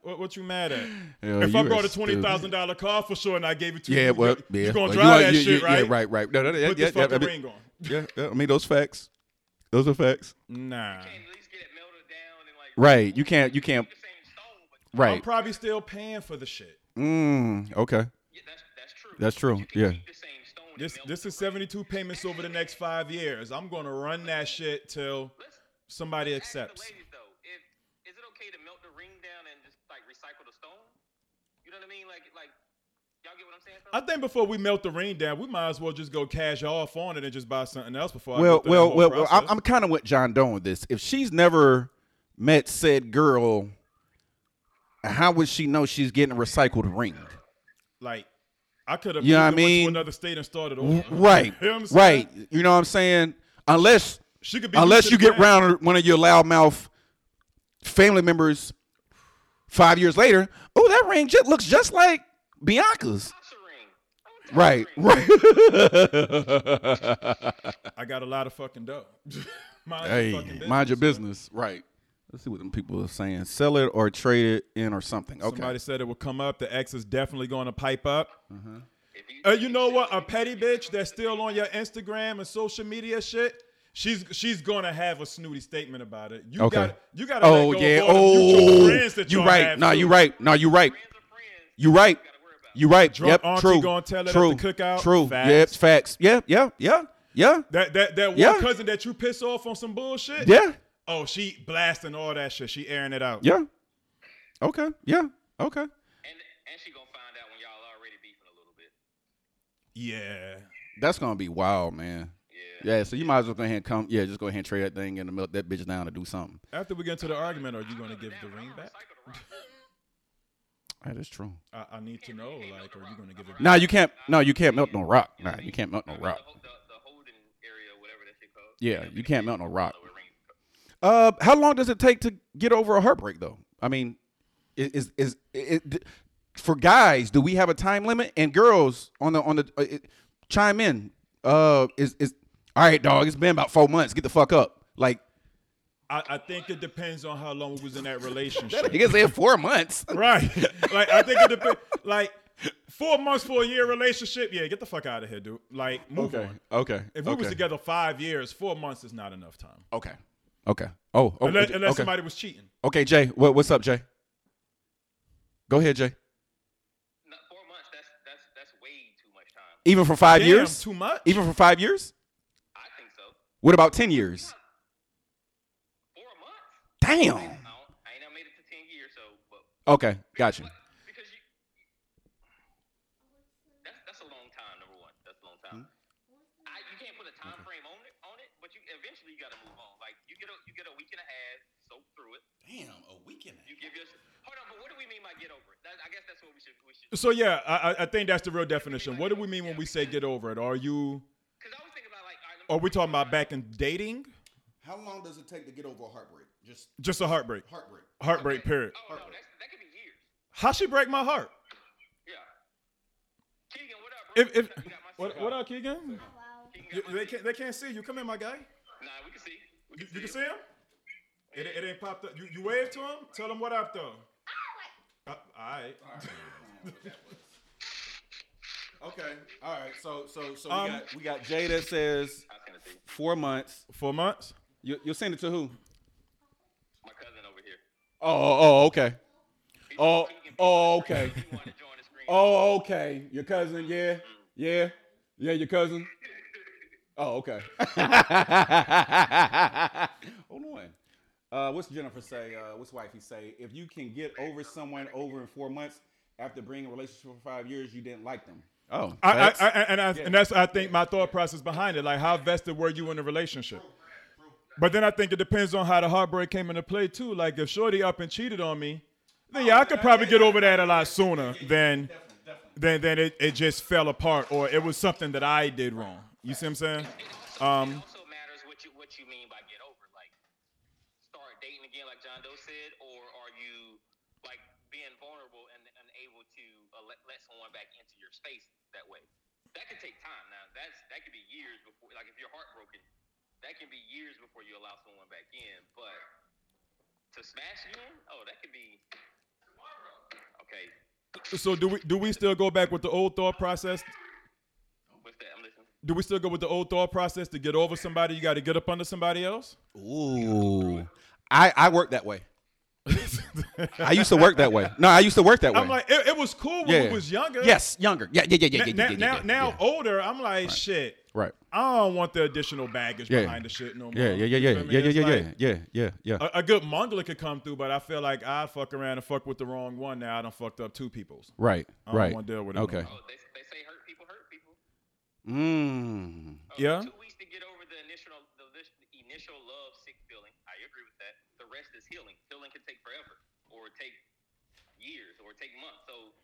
C: what, what you mad at?
A: Yo,
C: if
A: Uh, you
C: I
A: are
C: brought a
A: stupid.
C: twenty thousand dollar car for sure and I gave it to you,
A: Yeah.
C: you,
A: Well.
C: you,
A: Yeah.
C: you gonna
A: well,
C: drive
A: are-
C: that
A: you-
C: shit,
A: you-
C: right?
A: Yeah. Right. Right. No. No. Yeah.
C: Put
A: yeah,
C: this
A: yeah, I
C: fucking
A: mean-
C: ring on.
A: Yeah, yeah, I mean those facts. Those are facts.
C: Nah.
D: At least get it melted down and like.
A: Right. You can't. You can't.
D: The same stone, but
A: Right.
C: I'm probably still paying for the shit.
A: Mm, okay.
D: Yeah, that's that's true.
A: That's true,
D: You can
A: yeah.
D: keep the same stone and
C: This
D: melt
C: this
D: the
C: is
D: rock.
C: 72 payments over the next five years. I'm gonna run that shit till
D: Let's
C: somebody
D: ask the
C: accepts.
D: ladies though. If is it okay to melt the ring down and just like recycle the stone? You know what I mean? Like like y'all get what I'm saying?
C: I think before we melt the ring down, we might as well just go cash off on it and just buy something else before. I
A: Well,
C: go through that
A: well,
C: whole
A: well, well. I'm,
C: process.
A: I'm kind of with John Doe with this. If she's never met said girl, how would she know she's getting a recycled ring?
C: like I could have.
A: You know what I mean?
C: To another state and started
A: W-
C: over.
A: Right,
C: You know what I'm saying?
A: right. You know what I'm saying? Unless,
C: She could be
A: unless
C: used
A: you
C: to the
A: get
C: game.
A: round one of your loudmouth family members five years later. Oh, that ring just looks just like Bianca's.
D: Tasha ring. Oh, Tasha
A: Right,
D: ring.
A: right.
C: I got a lot of fucking dough. mind your fucking
A: Hey,
C: business.
A: mind your business. Right. Let's see what them people are saying. Sell it or trade it in or something. Okay.
C: Somebody said it would come up. The ex is definitely going to pipe up.
D: If you,
C: Uh, you know what? A petty bitch that's still on your Instagram and social media shit. She's she's gonna have a snooty statement about it. You
A: Okay.
C: got you got to
A: oh
C: let go
A: yeah.
C: of all the mutual
A: Oh,
C: friends that
A: you
C: y'all
A: right.
C: have,
A: No,
C: too.
A: you right. No, you right.
D: friends are friends.
A: You right.
D: gotta worry about.
A: You right.
C: Drunk
A: yep.
C: auntie
A: true.
C: gonna tell it at
A: true.
C: the cookout.
A: True.
C: Facts.
A: Yeah. It's facts. Yeah. Yeah. Yeah. Yeah.
C: That that that one
A: Yeah.
C: cousin that you piss off on some bullshit.
A: Yeah.
C: Oh, she blasting all that shit. She airing it out.
A: Yeah. Okay. Yeah. Okay.
D: And and she gonna find out when y'all already beefing a little bit.
C: Yeah.
A: That's gonna be wild, man.
D: Yeah.
A: Yeah. So you might as well go ahead and come. Yeah. Just go ahead and trade that thing and melt that bitch down and do something.
C: After we get into the argument, are you gonna give the ring back?
A: That is true.
C: I, I need to know. Like, are you gonna give it?
A: No, you can't. No, you can't melt no rock. Nah, you can't melt no rock.
D: The, the, the holding area, whatever that shit called.
A: Yeah, you can't melt no rock.
D: With rings.
A: Uh, how long does it take to get over a heartbreak, though? I mean, i- is is, is, for guys? Do we have a time limit? And girls on the on the uh, it- chime in. Uh, is is all right, dog? It's been about four months. Get the fuck up. Like
C: I, I think it depends on how long we was in that
A: that
C: relationship.
A: nigga said four months.
C: right. Like, I think it depends. Like, four months for a year relationship. Yeah, get the fuck out of here, dude. Like, move
A: Okay.
C: on.
A: Okay.
C: If we
A: okay.
C: was together five years, four months is not enough time.
A: Okay. Okay. Oh. oh,
C: Unless, unless
A: okay.
C: somebody was cheating.
A: okay, Jay. What, what's up, Jay? Go ahead, Jay.
D: No, four months. That's that's that's way too much time.
A: Even for five
C: Damn,
A: years.
C: Too much.
A: Even for five years.
D: I think so.
A: What about ten years?
D: Four months.
A: Damn.
D: I, don't, I ain't not made it to ten years, so but
A: Okay. Gotcha.
D: But- because you, that's that's a long time. Number one, that's a long
A: Hmm?
D: time. I, you can't put a time frame on it, on it, but you eventually you gotta move on. Like you get a you get a week and a half, soak through it.
A: Damn, a weekend.
D: You give your hold on, but what do we mean by get over it? That, I guess that's what we should we should.
C: So yeah, I, I- I think that's the real definition. What do we mean when we say get over it? Are you?
D: Because I was thinking about like, all right, let me
C: Are we talking about back in dating?
A: How long does it take to get over a heartbreak? Just
C: Just a heartbreak.
A: heartbreak.
C: Heartbreak period.
D: Oh no, that's, that could be years.
C: How she break my heart?
D: Yeah. Keegan, what up? Bro?
C: If if
D: You got my
C: what,
D: seat.
C: what up, Keegan?
D: Keegan
C: You-
D: got my
C: They
D: seat.
C: can't they can't see you. Come in, my guy.
D: Nah, we can see. We
C: You, you can see him. It, it ain't popped up. You, you wave to him. Tell him what up though. Uh, all right.
A: Okay. All right. So so so
C: Um,
A: we got we got Jay that says
D: I can see.
A: four months.
C: Four months.
A: You you'll send it to who?
D: My cousin over here.
A: Oh oh oh, okay.
D: He's
A: Oh
D: Keegan,
A: oh okay.
D: He wanted to join the screen.
A: Oh okay. Your cousin, yeah. Yeah. Yeah, your cousin. Oh, okay. Hold on. Uh, what's Jennifer say? Uh, what's wifey say? If you can get over someone over in four months after being in a relationship for five years, you didn't like them. Oh,
C: I, I, I and I, and that's I think my thought process behind it. Like how vested were you in the relationship? But then I think it depends on how the heartbreak came into play too. Like if Shorty up and cheated on me, then yeah, I could probably get over that a lot sooner than than than it, it just fell apart or it was something that I did wrong. You see what I'm saying?
D: it also matters what you what you mean by get over. Like, start dating again, like John Doe said, or are you like being vulnerable and unable to uh, let, let someone back into your space that way? That could take time. Now, that's that could be years before. Like, if you're heartbroken, that can be years before you allow someone back in. But to smash again, oh, that could be Okay,
C: So do we do we still go back with the old thought process?
D: what's that? I'm listening.
C: Do we still go with the old thought process to get over somebody? You got to get up under somebody else.
A: Ooh, I I work that way. I used to work that way. No, I used to work that way.
C: I'm like, it, it was cool when we was younger.
A: Yes, younger. Yeah, yeah, yeah, yeah,
C: Na-
A: yeah,
C: na-
A: yeah, yeah,
C: now,
A: yeah,
C: now oh,
A: yeah.
C: older, I'm like, shit.
A: Right.
C: I don't want the additional baggage
A: Yeah.
C: behind the shit no more.
A: Yeah, yeah, yeah,
C: You
A: yeah,
C: feel me?
A: yeah, yeah,
C: It's
A: yeah,
C: like, Oh,
A: yeah, yeah, yeah, yeah.
C: A, a good mongler could come through, but I feel like I fuck around and fuck with the wrong one. Now I done fucked up two peoples.
A: Right,
C: I don't
A: right.
C: wanna deal with it no
A: Okay.
C: more.
D: Oh, they, they say hurt people hurt people.
A: Mm.
D: Oh,
C: Yeah.
D: Two weeks to get over the initial the, lis- the initial love sick feeling. I agree with that. The rest is healing. Healing can take forever, or take years, or take months. So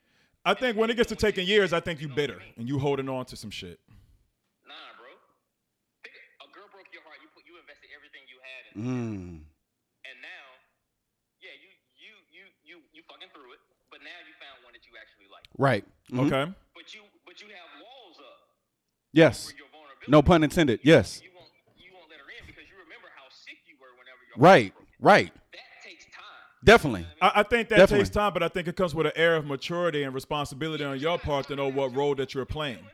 C: I think when it gets to taking years, I think you bitter and you holding on to some shit.
D: nah, bro. Think- A girl broke your heart. You put you invested everything you had, in,
A: Mm.
D: and now, yeah, you you you you you fucking through it. But now you found one that you actually like.
A: Right. Mhm.
C: Okay.
D: But you but you have walls up
A: Yes.
D: for your vulnerability.
A: No pun intended. Yes.
D: You won't you won't let her in because you remember how sick you were whenever your heart
A: Right.
D: was broken.
A: Right.
D: That takes time.
A: Definitely.
C: I, I think that
A: Definitely.
C: takes time, but I think it comes with an air of maturity and responsibility on your part to know what role that you're playing.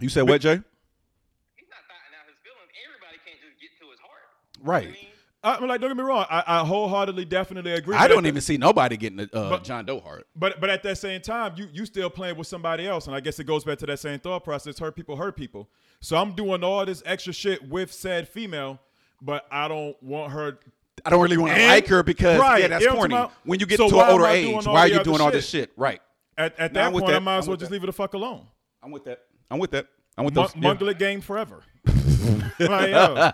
A: You said what, Jay?
D: He's not thotting out his feelings. Everybody can't just get to his heart.
A: Right.
D: I mean,
C: I, am like, don't get me wrong. I, I wholeheartedly, definitely agree.
A: I
C: but
A: don't
C: at the-
A: even see nobody getting a uh,
C: But-
A: John Doe heart.
C: But but at that same time, you you still playing with somebody else, and I guess it goes back to that same thought process: hurt people, hurt people. So I'm doing all this extra shit with said female, but I don't want her.
A: I don't really want to
C: And-
A: like her because
C: Right,
A: yeah, that's
C: you know what I'm
A: corny.
C: talking about?
A: When you get
C: So
A: to
C: why
A: an
C: am
A: older
C: I doing
A: age,
C: all
A: why are you
C: the other
A: doing all this
C: shit?
A: shit? Right.
C: At, at
A: Nah,
C: that
A: I'm with
C: point, I
A: that.
C: might as
A: I'm
C: well
A: with
C: just
A: that.
C: leave her the fuck alone.
A: I'm with that. I'm with that. I'm with
C: Mu-
A: those. yeah.
C: Munglet game forever. Like, yo,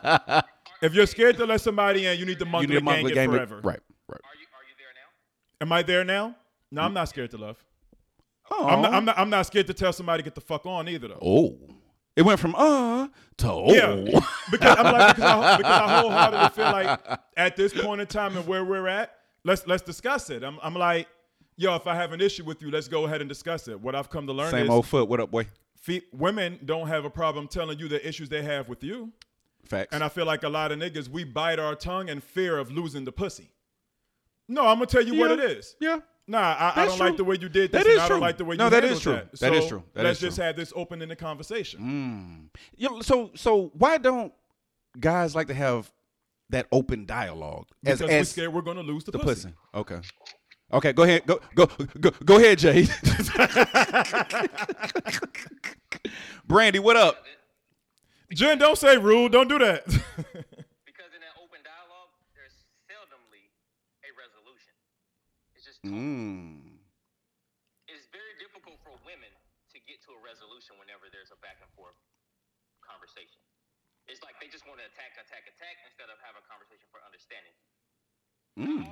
C: if you're scared to let somebody in, you need to
A: You
C: munglet
A: need a
C: game,
A: Mongol
C: it
A: game.
C: forever.
A: Right. Right.
D: are you are you there now?
C: Am I there now? No, I'm not scared to love.
A: Oh.
C: I'm not, I'm not. I'm not scared to tell somebody to get the fuck on either, though.
A: oh. It went from uh to oh.
C: Yeah, because I'm like because I, because I wholeheartedly feel like at this point in time and where we're at, let's let's discuss it. I'm I'm like, yo, if I have an issue with you, let's go ahead and discuss it. What I've come to learn
A: Same
C: is
A: old foot. What up, boy?
C: fe- women don't have a problem telling you the issues they have with you,
A: Facts.
C: and I feel like a lot of niggas we bite our tongue in fear of losing the pussy. No, I'm gonna tell you what
A: Yeah.
C: it is.
A: yeah.
C: Nah, I, I
A: That's
C: don't like
A: true.
C: the way you did this.
A: That is
C: and I don't
A: true.
C: like the way
A: No,
C: you
A: that is
C: handled
A: true.
C: That.
A: That is
C: So
A: true. That
C: let's
A: is true. Mm-hmm.
C: just have this open in the conversation.
A: You know, Mm. so so why don't guys like to have that open dialogue as
C: because we're
A: as
C: scared we're gonna lose the,
A: the
C: pussy.
A: pussy? Okay. Okay, go ahead. Go go go, go ahead, Jay. Brandy, what up?
C: Jen, don't say rude. Don't do that.
D: Because in that open dialogue, there's seldomly a resolution. It's just
A: Mm.
D: it's very difficult for women to get to a resolution whenever there's a back and forth conversation. It's like they just want to attack, attack, attack instead of have a conversation for understanding.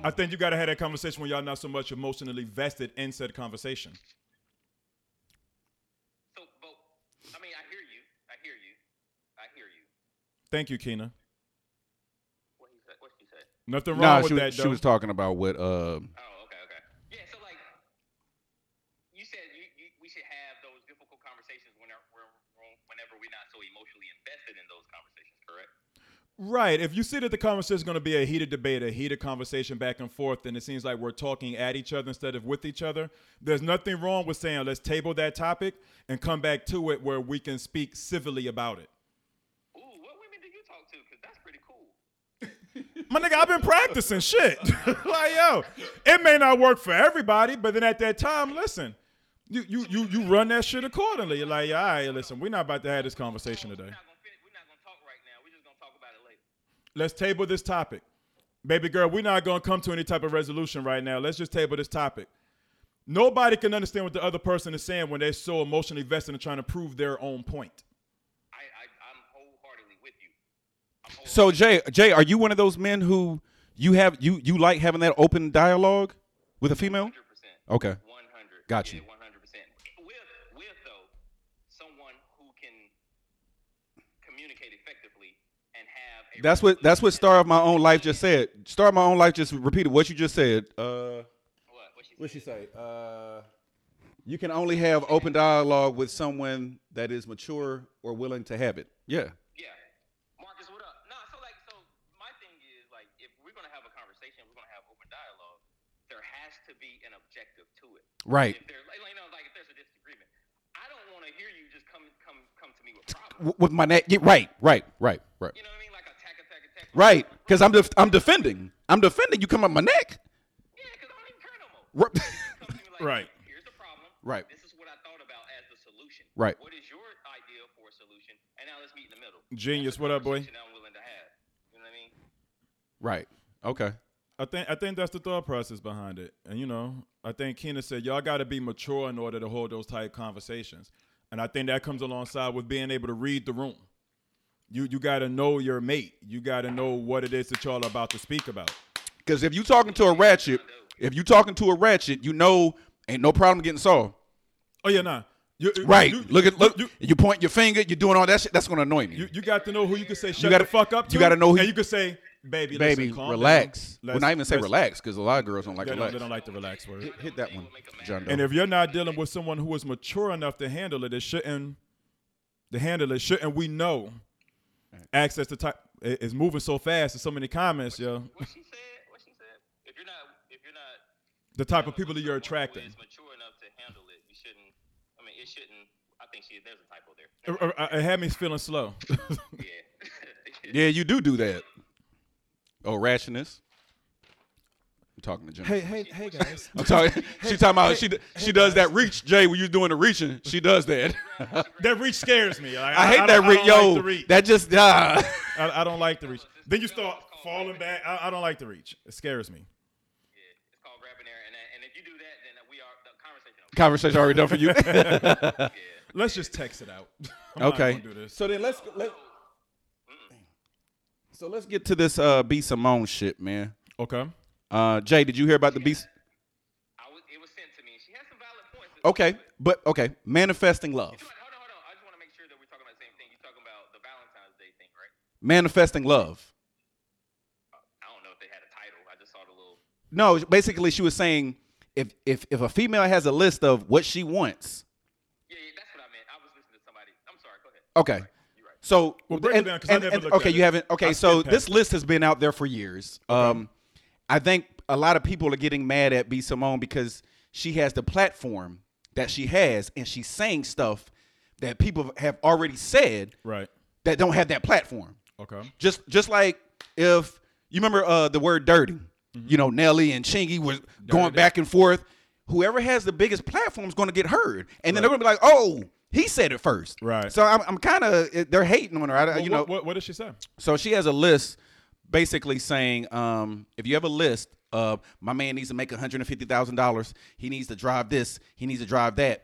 C: I think you gotta have that conversation when y'all not so much emotionally vested in said conversation.
D: So, but I mean, I hear you. I hear you. I hear you.
C: Thank you, Keena.
D: What he said? What she said?
C: Nothing wrong
A: No,
C: with
A: she,
C: that,
A: was-
C: though.
A: she was talking about what uh
D: Oh, okay, okay. Yeah, so like you said, you, you we should have those difficult conversations whenever we're, we're- whenever we're not so emotionally invested in those conversations, correct?
C: right. If you see that the conversation is gonna be a heated debate, a heated conversation back and forth, and it seems like we're talking at each other instead of with each other, there's nothing wrong with saying let's table that topic and come back to it where we can speak civilly about it.
D: Ooh, what women do you talk to? Because that's pretty cool.
C: My nigga, I've been practicing shit. like, yo, it may not work for everybody, but then at that time, listen, you you you you run that shit accordingly. You're like, all right, listen, we're not about to have this conversation today.
D: We're not gonna fin- we're not gonna talk right now. We're just gonna talk about it later.
C: Let's table this topic. Baby girl, we're not gonna come to any type of resolution right now. Let's just table this topic. Nobody can understand what the other person is saying when they're so emotionally vested in trying to prove their own point.
D: I, I I'm wholeheartedly with you. I'm
A: So Jay, Jay, are you one of those men who you have you you like having that open dialogue with a female?
D: Hundred percent.
A: Okay.
D: One hundred.
A: Got you.
D: One hundred percent. With with though, someone who can communicate effectively and have. A
A: That's what that's what
D: resolution.
A: Star of My Own Life just said. Star of My Own Life just repeated what you just said. Uh
D: What? What she said?
A: what she say? Uh you can only have open dialogue with someone that is mature or willing to have it. Yeah.
D: Yeah. Marcus, what up? No, so like, so my thing is like, if we're gonna have a conversation, we're gonna have open dialogue. There has to be an objective to it.
A: Right.
D: If there, like, you know, like if there's a disagreement, I don't want to hear you just come, come, come to me with
A: W-
D: problems.
A: with my neck. Yeah, right, right, right, right.
D: You know what I mean? Like attack, attack, attack.
A: Right, cuz I'm def- I'm defending. I'm defending you come up my neck. Ru-
D: Come to me like,
C: Right.
D: Here's the problem.
A: Right.
D: This is what I thought about as the solution.
A: Right.
D: What is your idea for a solution? And now let's meet in the middle.
C: Genius.
D: That's the
C: What up, boy?
D: conversation I'm willing to have. You know what I mean?
A: right. Okay.
C: I think I think that's the thought process behind it. And you know, I think Keenan said y'all got to be mature in order to hold those type conversations. And I think that comes alongside with being able to read the room. You you got to know your mate. You got to know what it is that y'all are about to speak about.
A: Because if you talking to a ratchet, if you talking to a ratchet, you know ain't no problem getting solved.
C: Oh yeah, nah. You, you-
A: Right.
C: you-
A: look at look. You,
C: You,
A: point your finger. You're doing all that shit. That's gonna annoy me.
C: you, you got to know who you can say shut
A: gotta-
C: the fuck up
A: you
C: to.
A: gotta know who
C: and
A: you-
C: you can say, baby,
A: Baby,
C: listen, calm
A: relax.
C: Down.
A: well,
C: Let's-
A: not even say
C: let's-
A: relax because a lot of girls don't like
C: They don't,
A: relax.
C: they don't like the relax word.
A: hit, hit that one, John. Doe.
C: And if you're not dealing with someone who is mature enough to handle it, it shouldn't. To handle it, shouldn't we know? Access to type is moving so fast. There's so many comments, yo.
D: What she said? What she said? If you're not, if you're not
C: The type of people that you're attracting.
D: is mature enough to handle it, you shouldn't. I mean, it shouldn't. I think she. There's a typo
C: It,
D: there.
C: uh, it had me feeling slow.
D: Yeah.
A: yeah, you do do that. Oh, rashness. I'm talking to John.
C: hey, hey, hey, guys.
A: I'm talking. she talking about she d- she does that reach, Jay. When you doing the reaching, she does that.
C: That reach scares me. Like,
A: I hate
C: don't-
A: that
C: I
A: reach,
C: don't
A: yo.
C: like the reach.
A: That just uh,
C: I, I don't like the reach. Then you start falling back. I, I don't like the reach. It scares me.
D: Yeah, it's called grabbing air, and, that- and if you do that, then we are the conversation. over.
A: conversation already done for you.
C: Let's just text it out. I'm not
A: okay.
C: gonna do this.
A: So then let's let. So let's get to this uh, B Simone shit, man.
C: Okay.
A: Uh, Jay, did you hear about the B?
D: I was, it was sent to me. She has some valid points.
A: Okay, but okay, manifesting love,
D: But hold on, hold on. I just want to make sure that we're talking about the same thing. You're talking about the Valentine's Day thing, right?
A: manifesting love.
D: I don't know if they had a title. I just saw the little.
A: No, basically she was saying if if if a female has a list of what she wants,
D: Yeah, yeah, that's what I meant. I was listening to somebody. I'm sorry. Go ahead.
C: Oh.
A: okay.
D: You're right.
A: So
C: Well, break it down, 'cause I never looked
A: okay,
C: at
A: you
C: it.
A: haven't. Okay,
C: I
A: so
C: skimmed past
A: this list has been out there for years. Um, I think a lot of people are getting mad at B Simone because she has the platform that she has, and she's saying stuff that people have already said
C: Right.
A: that don't have that platform.
C: Okay.
A: Just just like if you remember uh, the word dirty, you know Nelly and Chingy was going back and forth. Whoever has the biggest platform is going to get heard, and then they're going to be like, "Oh, he said it first.
C: Right.
A: So I'm, I'm kind of they're hating on her. I, you know,
C: what, what, what did she say?
A: so she has a list basically saying um, if you have a list of my man needs to make $150,000, he needs to drive this, he needs to drive that.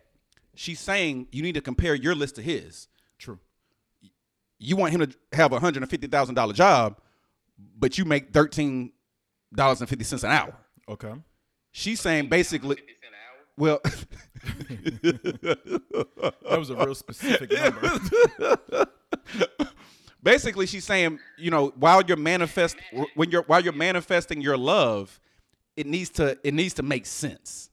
A: She's saying you need to compare your list to his.
C: True.
A: You want him to have a $150,000 job, but you make $13.50 an hour.
C: Okay.
A: She's saying basically,
D: Fifty cent an hour.
A: well,
C: That was a real specific number.
A: basically she's saying you know while you're manifest when you're while you're manifesting your love it needs to it needs to make sense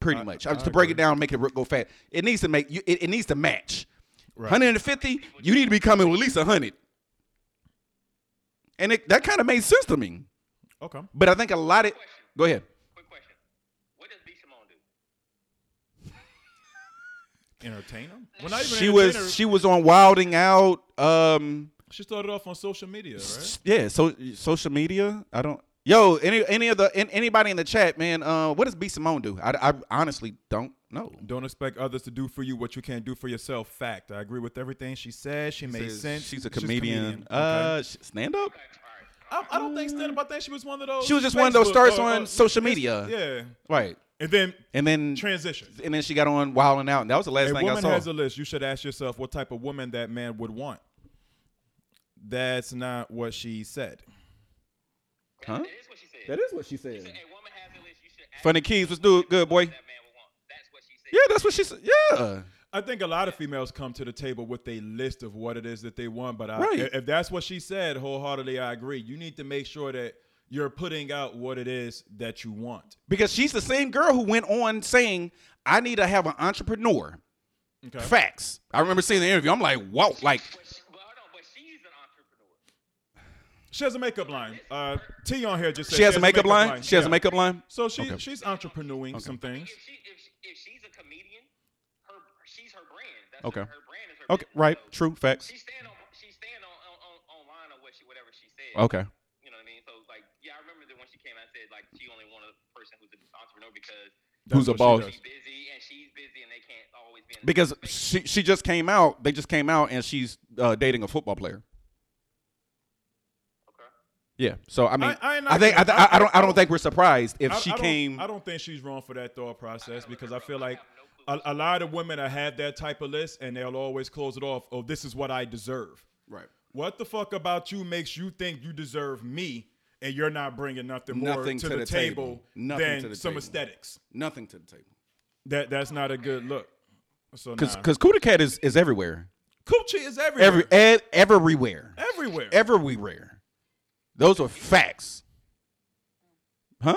A: pretty much I, just to break it down make it go fast it needs to make you it, it needs to match 150 you need to be coming with at least 100 and it, that kind of made sense to me
C: Okay.
A: but i think a lot of go ahead
D: Quick question. What does B Simone do?
C: Entertainer? Well, not even
A: she
C: entertainer.
A: was she was on wilding out um
C: She started off on social media, right?
A: Yeah, so social media. I don't. Yo, any any of the an- anybody in the chat, man. Uh, what does B Simone do? I, I honestly don't know.
C: Don't expect others to do for you what you can't do for yourself. Fact. I agree with everything she said. She made sense.
A: She's a comedian.
C: Okay.
A: Uh, sh- stand up.
D: Okay, all right.
C: I, I don't think stand up. I think she was one of those.
A: She was just one of those
C: Facebook-
A: stars
C: uh,
A: on
C: uh,
A: social
C: Inst-
A: media.
C: Yeah.
A: Right,
C: And then
A: and then
C: transition.
A: and then she got on Wild and Out, and that was the last
C: A
A: thing I
C: woman
A: saw.
C: has a list. You should ask yourself what type of woman that man would want. That's not what she said.
A: Huh?
D: That is what she said. That
A: is what she
D: she said, a woman has a list. You should ask
A: Funny Keys, let's do it, good boy.
D: That man will want. That's what she said.
A: Yeah, that's what she said. Yeah,
C: I think a lot of females come to the table with a list of what it is that they want, but I,
A: Right.
C: if that's what she said, wholeheartedly, I agree. You need to make sure that you're putting out what it is that you want.
A: because she's the same girl who went on saying, "I need to have an entrepreneur."
C: Okay.
A: Facts. I remember seeing the interview. I'm like, wow, like
D: But, she, but hold on. But she's an entrepreneur.
C: She has a makeup line. Uh, T on here just said
A: she has a makeup line. She has a
C: Yeah.
A: makeup line.
C: So she
A: Okay.
C: she's entrepreneuring some things.
D: If she if she, if she's a comedian, her she's her brand. That's
A: Okay.
D: Her, her brand is her.
A: Okay,
D: business.
A: right.
D: So
A: True facts.
D: She's staying on. She's staying on, on, on online or what she whatever she said.
A: Okay.
D: You know what I mean? So like, yeah, I remember that when she came out and said like she only wanted a person who's an entrepreneur because because
A: Who's a
C: what she
A: boss?
C: does.
D: she's busy and she's busy and they can't always be in the
A: Because
D: same space.
A: she she just came out. They just came out, and she's uh, dating a football player.
D: Okay.
A: Yeah. So I mean,
C: I- I
A: I,
C: ain't not
A: think I,
C: gonna-
A: I,
C: I-
A: I don't I don't think we're surprised if
C: I-
A: she
C: I don't-
A: came.
C: I don't think she's wrong for that thought process because I
D: look her
C: feel
D: up. I
C: like
D: have no
C: a, a lot of women that have that type of list and they'll always close it off. Oh, this is what I deserve.
A: right.
C: What the fuck about you makes you think you deserve me and you're not bringing nothing, more
A: Nothing
C: to,
A: to
C: the,
A: the
C: table,
A: table. Nothing
C: than
A: to the
C: some
A: table.
C: aesthetics?
A: Nothing to the table.
C: That that's not a good look. So
A: Because
C: nah.
A: because Kuda Cat is is everywhere.
C: coochie is everywhere.
A: Every ev- everywhere.
C: everywhere.
A: Everywhere. Those are facts. Huh?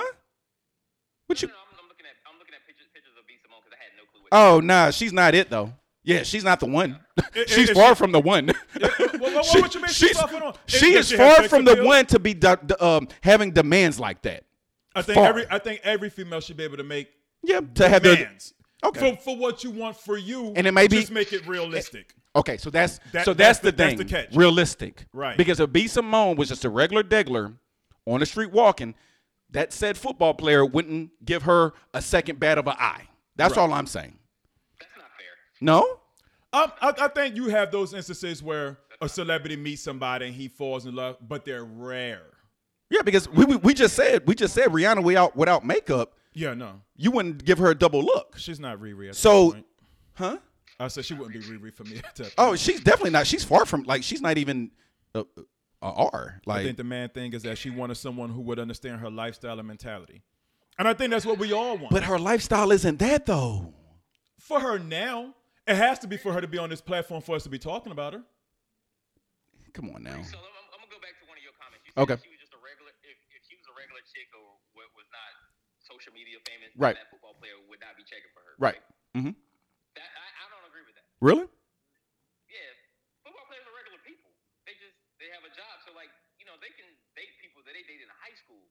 A: What you?
D: No, no, I'm, I'm looking at I'm looking at pictures pictures of B Simone because I had no clue. What
A: Oh nah, she's not it though. Yeah, she's not the one. she's
C: it-
A: far from the one.
C: well, well,
A: She-
C: what you mean she's
A: she's-
C: far from the one?
A: She
C: Did
A: is
C: she have
A: far
C: sex
A: from the
C: appeal?
A: one to be du- d- um, having demands like that.
C: I think
A: far.
C: every I think every female should be able to make
A: Yeah, to have their
C: demands.
A: Okay.
C: For, for what you want for you,
A: And it may be-
C: just make it realistic.
A: Okay, so that's
C: That-
A: so that's, the,
C: that's
A: thing.
C: the catch.
A: Realistic,
C: Right.
A: Because if B Simone was just a regular degler on the street walking, that said football player wouldn't give her a second bat of an eye. That's all I'm saying.
D: that's not fair.
A: No,
C: Um, I, I think you have those instances where a celebrity meets somebody and he falls in love, but they're rare.
A: yeah, because we, we, we just said we just said Rihanna without without makeup,
C: Yeah, no,
A: you wouldn't give her a double look,
C: she's not Riri. At
A: So-
C: that point.
A: huh?
C: I said she wouldn't be Riri for me. At that point.
A: Oh, she's definitely not. She's far from like she's not even a, a R.
C: I
A: Like
C: think the man thing is that she wanted someone who would understand her lifestyle and mentality, and I think that's what we all want.
A: But her lifestyle isn't that though.
C: for her now, it has to be for her to be on this platform for us to be talking about her.
A: Come on now.
D: So I'm, I'm- I'm gonna go back to one of your comments. You said
A: Okay.
D: She was just a regular. If, if she was a regular chick or what was not social media famous, then
A: Right.
D: That football player would not be checking for her.
A: Right. Mm-hmm.
D: That I, I don't agree with that.
A: Really?
D: Yeah, football players are regular people. They just they have a job, so like you know they can date people that they dated in high school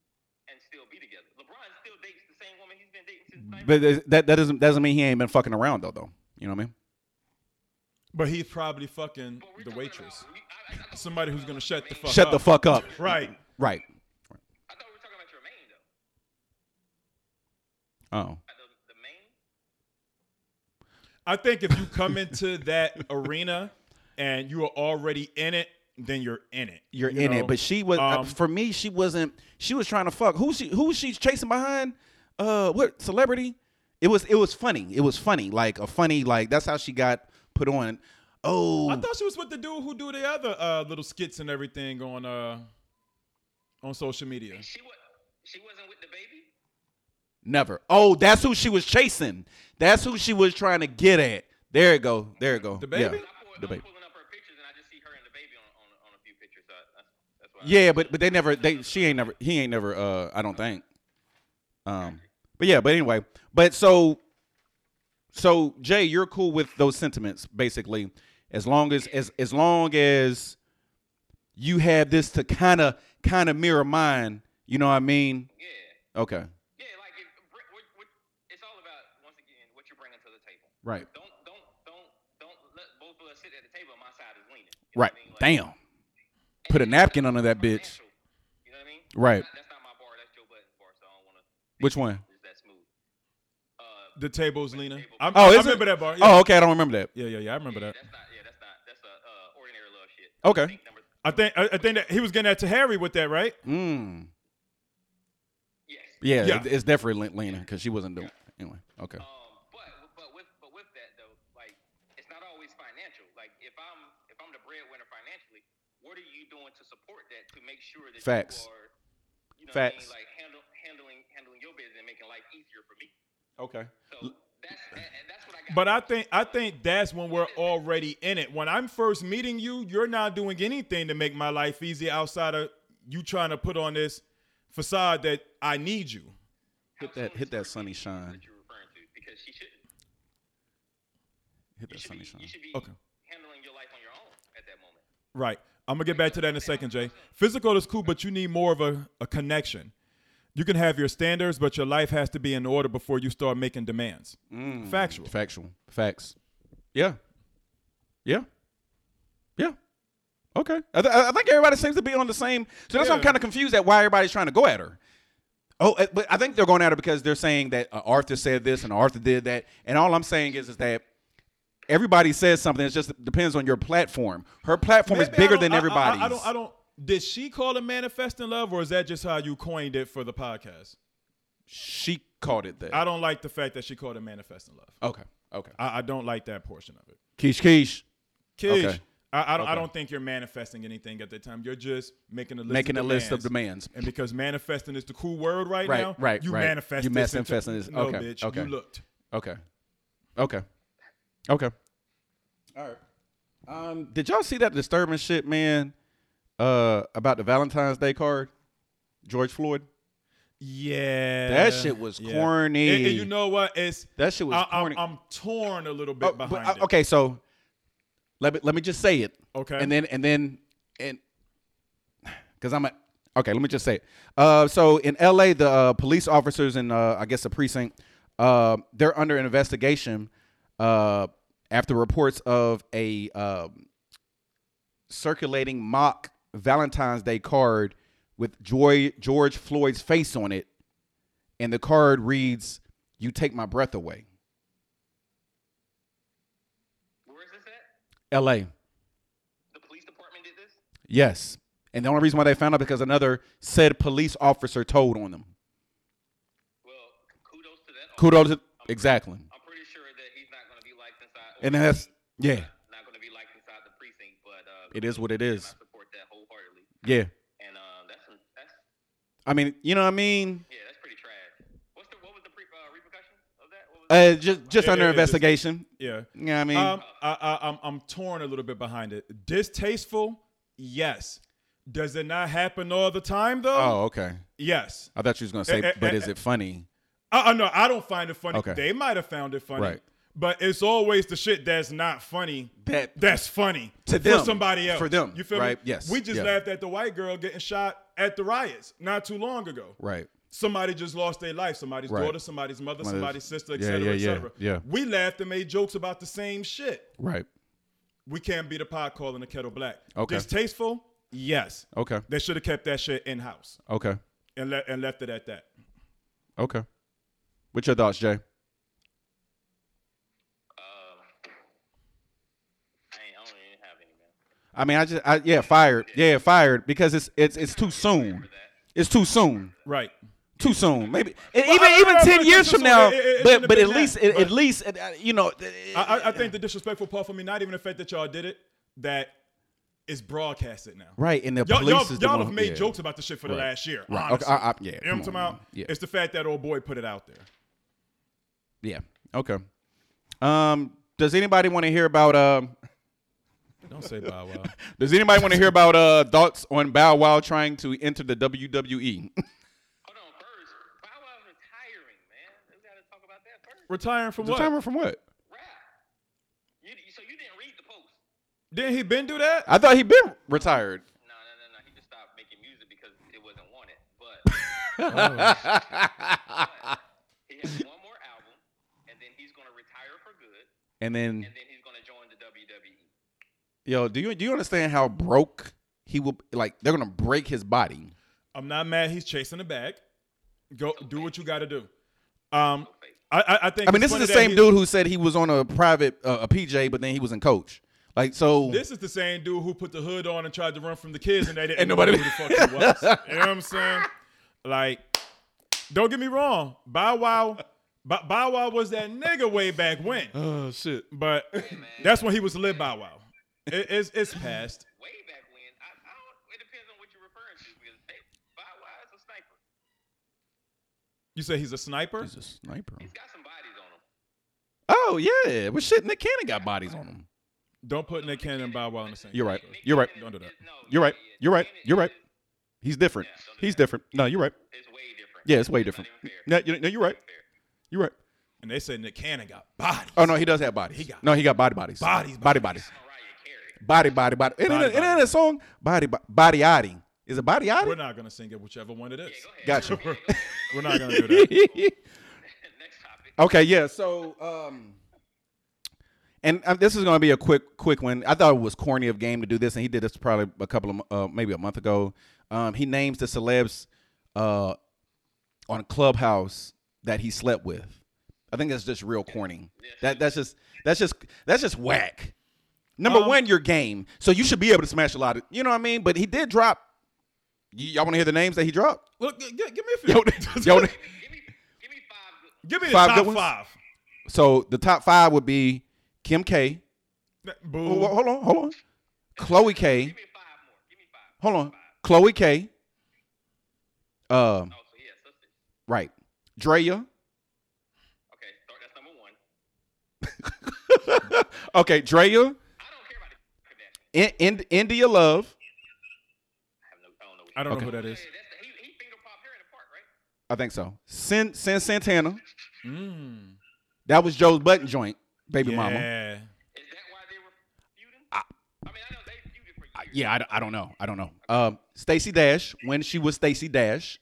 D: and still be together. LeBron still dates the same woman he's been dating since. Miami.
A: But th- that that doesn't doesn't mean he ain't been fucking around though though. You know what I mean?
C: But he's probably fucking
D: But we're
C: the
D: talking
C: waitress,
D: about- we- I- I thought we were
C: somebody
D: talking
C: who's gonna
D: about
C: shut the
D: Jermaine.
C: fuck
A: Shut
C: up.
A: the fuck up.
C: Right.
A: Right.
D: I thought we were talking about Jermaine though.
A: Oh.
D: Not The, the main.
C: I think if you come into that arena and you are already in it, then you're in it.
A: You're
C: you
A: in
C: know?
A: it, but she was uh,
C: um,
A: for me. She wasn't. She was trying to fuck. Who she? Who she's chasing behind? Uh, what celebrity? It was. It was funny. It was funny. Like a funny. Like that's how she got put on. Oh,
C: I thought she was with the dude who do the other uh, little skits and everything on uh, on social media.
D: She was. She wasn't with the baby.
A: never. Oh, that's who she was chasing. That's who she was trying to get at. There it go. There it go.
C: The baby?
A: Yeah.
D: I pull,
A: The
D: I'm
A: baby.
D: pulling up her pictures and I just see her and the baby on on, on a few pictures. So I, that's, that's why. I-
A: Yeah, but but they never they she ain't never he ain't never uh I don't think. Um but yeah, but anyway, but so so Jay, you're cool with those sentiments basically as long as as as long as you have this to kind of kind of mirror mine, you know what I mean?
D: Yeah.
A: Okay.
D: Yeah, like if, br- what, what, it's all about once again what you're bringing to the table.
A: Right.
D: Don't don't don't don't let both of us sit at the table. and My side is leaning. You know
A: Right.
D: what I mean?
A: Damn.
D: Like, and
A: Put a
D: that's
A: napkin
D: not
A: under that bitch.
D: natural. You know what I mean?
A: Right.
D: That's not, that's not my bar. That's Joe Button's bar. So I don't want to.
A: Which one?
D: Is that smooth? Uh,
C: The tables, Lena. i
A: Oh,
C: I
A: is it?
C: remember that bar. Yeah.
A: Oh, okay, I don't remember that.
C: yeah, yeah, yeah. I remember that.
D: yeah, that's not. Yeah, that's not. That's a uh, ordinary love shit.
A: Okay.
D: I think number,
C: I think I, I think that he was getting that to Harry with that, right?
A: Mm.
D: yes.
A: Yeah,
C: Yeah.
A: it- it's definitely Lena cuz she wasn't doing anyway. Okay.
D: Um, but but with but with that though, like it's not always financial. Like if I'm if I'm the breadwinner financially, what are you doing to support that to make sure that
A: Facts.
D: you are, you know, what I mean,
A: Facts.
D: like handle, handling handling your business and making life easier for me.
A: Okay.
D: So that's and, and that's what I got.
C: But I think I think that's when we're already in it. When I'm first meeting you, you're not doing anything to make my life easy outside of you trying to put on this facade that I need you.
D: How
A: Hit that-
D: soon
A: hit
D: is
A: that
D: her
A: sunny
D: dating you
A: shine.
D: That you're referring to because she shouldn't.
A: Hit
D: You
A: that
D: should
A: sunny
D: be, you
A: shine.
D: should be
C: Okay.
D: handling your life on your own at that moment.
C: Right. I'm gonna get back to that in a second, Jay. Physical is cool, but you need more of a, a connection. You can have your standards, but your life has to be in order before you start making demands. Factual.
A: Factual. Facts. Yeah. Yeah. Yeah. Okay. I, th- I think everybody seems to be on the same. So that's why I'm
C: Yeah.
A: kind of confused at why everybody's trying to go at her. Oh, eh, but I think they're going at it because they're saying that uh, Arthur said this and Arthur did that, and all I'm saying is is that everybody says something. It just depends on your platform. Her platform is
C: Maybe I
A: bigger
C: don't-
A: than
C: I- I-
A: everybody's.
C: I, don't. I don't. Did she call it manifesting love, or is that just how you coined it for the podcast?
A: she called it that.
C: I don't like the fact that she called it manifesting love.
A: okay, okay.
C: I, I don't like that portion of it.
A: Keish, Keish,
C: Kish,
A: Okay.
C: I, I don't. I
A: Okay.
C: don't think you're manifesting anything at that time. You're just making a list
A: making
C: of
A: a list of
C: demands.
A: demands.
C: And because manifesting is the cool word right,
A: Right,
C: now,
A: right,
C: you
A: right.
C: manifest
A: You
C: this. into-
A: manifesting this.
C: No,
A: Okay,
C: bitch,
A: okay.
C: you looked.
A: Okay, okay, okay. All right. Um, did y'all see that disturbing shit, man? Uh, about the Valentine's Day card, George Floyd.
C: Yeah,
A: That shit was corny.
C: And, and you know what? It's
A: That shit was
C: I,
A: corny.
C: I'm, I'm torn a little bit
A: Oh, but,
C: behind
A: uh,
C: it.
A: okay, so let me let me just say it.
C: Okay.
A: And then and then and because I'm a okay, let me just say it. Uh, so in L.A., the uh, police officers in uh, I guess a precinct, uh, they're under investigation uh, after reports of a um circulating mock Valentine's Day card with Joy, George Floyd's face on it, and the card reads, "You take my breath away."
D: Where is this at?
A: L.A.
D: The police department did this?
A: Yes. And the only reason why they found out because another said police officer told on them.
D: Well, kudos to that.
A: Kudos to exactly.
D: officer. I'm pretty sure that he's not going to be liked inside.
A: And that's yeah,
D: not going to be liked inside the precinct, but uh,
A: it is what it
D: I
A: is.
D: support that wholeheartedly.
A: Yeah.
D: And uh, that's some- that's
A: I mean, you know what I mean?
D: yeah, that's pretty trash. What's the what was the pre, uh, repercussion of that? What was
A: Uh, just just
C: Yeah,
A: under
C: yeah, just-
A: investigation.
C: yeah.
A: You know what I mean?
C: Um, I, I, I'm, I'm torn a little bit behind it. Distasteful, yes. Does it not happen all the time though?
A: oh, okay.
C: Yes.
A: I thought you was gonna say,
C: Eh, eh,
A: but
C: eh,
A: is it funny?
C: I, I no, I don't find it funny.
A: Okay.
C: They might have found it funny,
A: Right.
C: but it's always the shit that's not funny.
A: That-
C: that's funny
A: To
C: for
A: them.
C: somebody else.
A: For them,
C: you feel
A: right?
C: me?
A: Yes.
C: We just
A: Yeah.
C: laughed at the white girl getting shot at the riots not too long ago.
A: Right.
C: Somebody just lost their life. Somebody's
A: Right.
C: daughter, somebody's mother,
A: Mother's-
C: somebody's sister,
A: Yeah, yeah,
C: etc., cetera,
A: yeah,
C: etc.
A: yeah.
C: We laughed and made jokes about the same shit.
A: Right.
C: we can't be the pot calling the kettle black.
A: Okay.
C: Distasteful? Yes.
A: Okay.
C: They should have kept that shit in house
A: Okay.
C: and le- and left it at that.
A: Okay. What's your thoughts, Jay?
D: Uh, I, ain't, I don't even have any man.
A: I mean, I just I, yeah, fired. Yeah, fired because it's it's it's too soon. It's too soon.
C: Right.
A: too soon. Maybe and
C: Well,
A: even
C: I- I-
A: even
C: I-
A: ten
C: I-
A: years
C: too
A: from
C: soon.
A: now.
C: It- it- it
A: but
C: shouldn't
A: but at
C: have been
A: least
C: that,
A: it, at
C: but-
A: least uh, you know.
C: I, I, I think the disrespectful part for me, not even the fact that y'all did it, that it's broadcasted now.
A: right, and the
C: Y'all,
A: police
C: y'all,
A: is the
C: y'all
A: one
C: have
A: who-
C: made
A: yeah.
C: jokes about the shit for the
A: Right.
C: last year.
A: Right.
C: Honestly.
A: Okay, I- I- yeah,
C: You know what I'm
A: come
C: talking
A: on,
C: about?
A: man. Yeah.
C: It's the fact that old boy put it out there.
A: Yeah. Okay. Um. Does anybody want to hear about um?
C: Don't say Bow Wow.
A: Does anybody want to hear about uh thoughts on Bow Wow trying to enter the E? WWE?
D: Hold on, first, Bow Wow's retiring, man. We got to talk about that first.
C: Retiring from
A: the
C: what?
A: timer from what?
D: Rap. You, you- so you didn't read the post?
C: Didn't he been do that?
A: I thought he'd been retired.
D: No, no, no, no. He just stopped making music because it wasn't wanted. But he has one more album, and then he's going to retire for good,
A: and then,
D: and then he's going to join the E. WWE.
A: yo, do you do you understand how broke he will? Like they're gonna break his body.
C: I'm not mad. He's chasing the bag. Go do what you got to do. Um, I, I, I think.
A: I mean,
C: it's
A: this is the
C: funny
A: same
C: that he-
A: dude who said he was on a private uh, a PJ, but then he was in coach. Like so,
C: This is the same dude who put the hood on and tried to run from the kids, and they didn't
A: And
C: know
A: nobody-
C: who the fuck he was. you know what I'm saying? Like, don't get me wrong, Bow Wow, Bow, Bow Wow was that nigga way back when. Oh shit! But that's when he was lit Bow Wow. It, it's it's past.
D: Way back when, I, I don't. It depends on what you're referring to because they, Bow Wow is a sniper.
C: You say he's a sniper?
A: he's a sniper.
D: He's got some bodies on him.
A: Oh yeah, well shit, Nick Cannon got bodies on him.
C: Don't put Nick Cannon and Bow Wow in the same.
A: You're right.
D: Nick
A: You're right.
D: Cannon
C: Don't do that.
D: is- no,
A: You're
D: yeah,
A: right.
D: yeah,
A: You're right.
D: Cannon
A: You're right.
D: is-
A: He's different. He's different. No, you're right.
D: It's way different.
A: Yeah, it's way
D: not
A: different.
D: even fair.
A: No, you- no, you're right.
D: Fair.
A: You're right.
C: And they said Nick Cannon got bodies.
A: Oh no, he does have bodies.
C: He got-
A: no, he got body bodies.
C: Bodies,
A: body bodies,
C: bodies.
D: Mariah Carey.
A: body body body. And
C: Body
A: then and then
C: bodies.
A: a song, body bo- body yachty. Is it body
C: We're
A: yachty?
C: not gonna sing it, whichever one it is.
D: Yeah, go ahead.
A: Gotcha.
D: Yeah, go ahead.
C: We're not gonna do that.
D: Next topic.
A: Okay, yeah. So, um, and uh, this is going to be a quick, quick one. I thought it was corny of game to do this, and he did this probably a couple of, mo- uh, maybe a month ago. Um, he names the celebs, uh, on Clubhouse that he slept with. I think that's just real corny. That that's just that's just that's just whack. Number one, your game. So you should be able to smash a lot of you know what I mean. But he did drop. Y- y'all want to hear the names that he dropped?
C: Look, g- g- give me a few.
A: Yo, yo,
D: Give me, give me five good.
C: give me the
A: five good
C: top
A: ones?
C: five.
A: so the top five would be Kim K.
C: Boo.
A: Hold on, hold on, hold on. Chloe K.
D: Give me five more. Give me five.
A: Hold on, Chloe K. Um,
D: Oh, so yeah, sisters.
A: right, Drea.
D: Okay, so that's number one.
A: okay, Drea.
D: I don't care about the Kardashians.
A: In, in, India Love.
D: I have no, I don't know. Oh,
C: I don't
A: Okay.
C: know who that is.
D: Yeah, that's the, he, he finger popped her in the park, right?
A: I think so. Sin Sin Santana.
C: Mm.
A: That was Joe's button joint, baby mama.
C: Yeah.
D: Is that why they were feuding?
A: I-
D: I mean, I know they feuded for
A: I-
D: years.
A: Yeah, I, d- I don't know. I don't know. Um, Stacy Dash when she was Stacy Dash.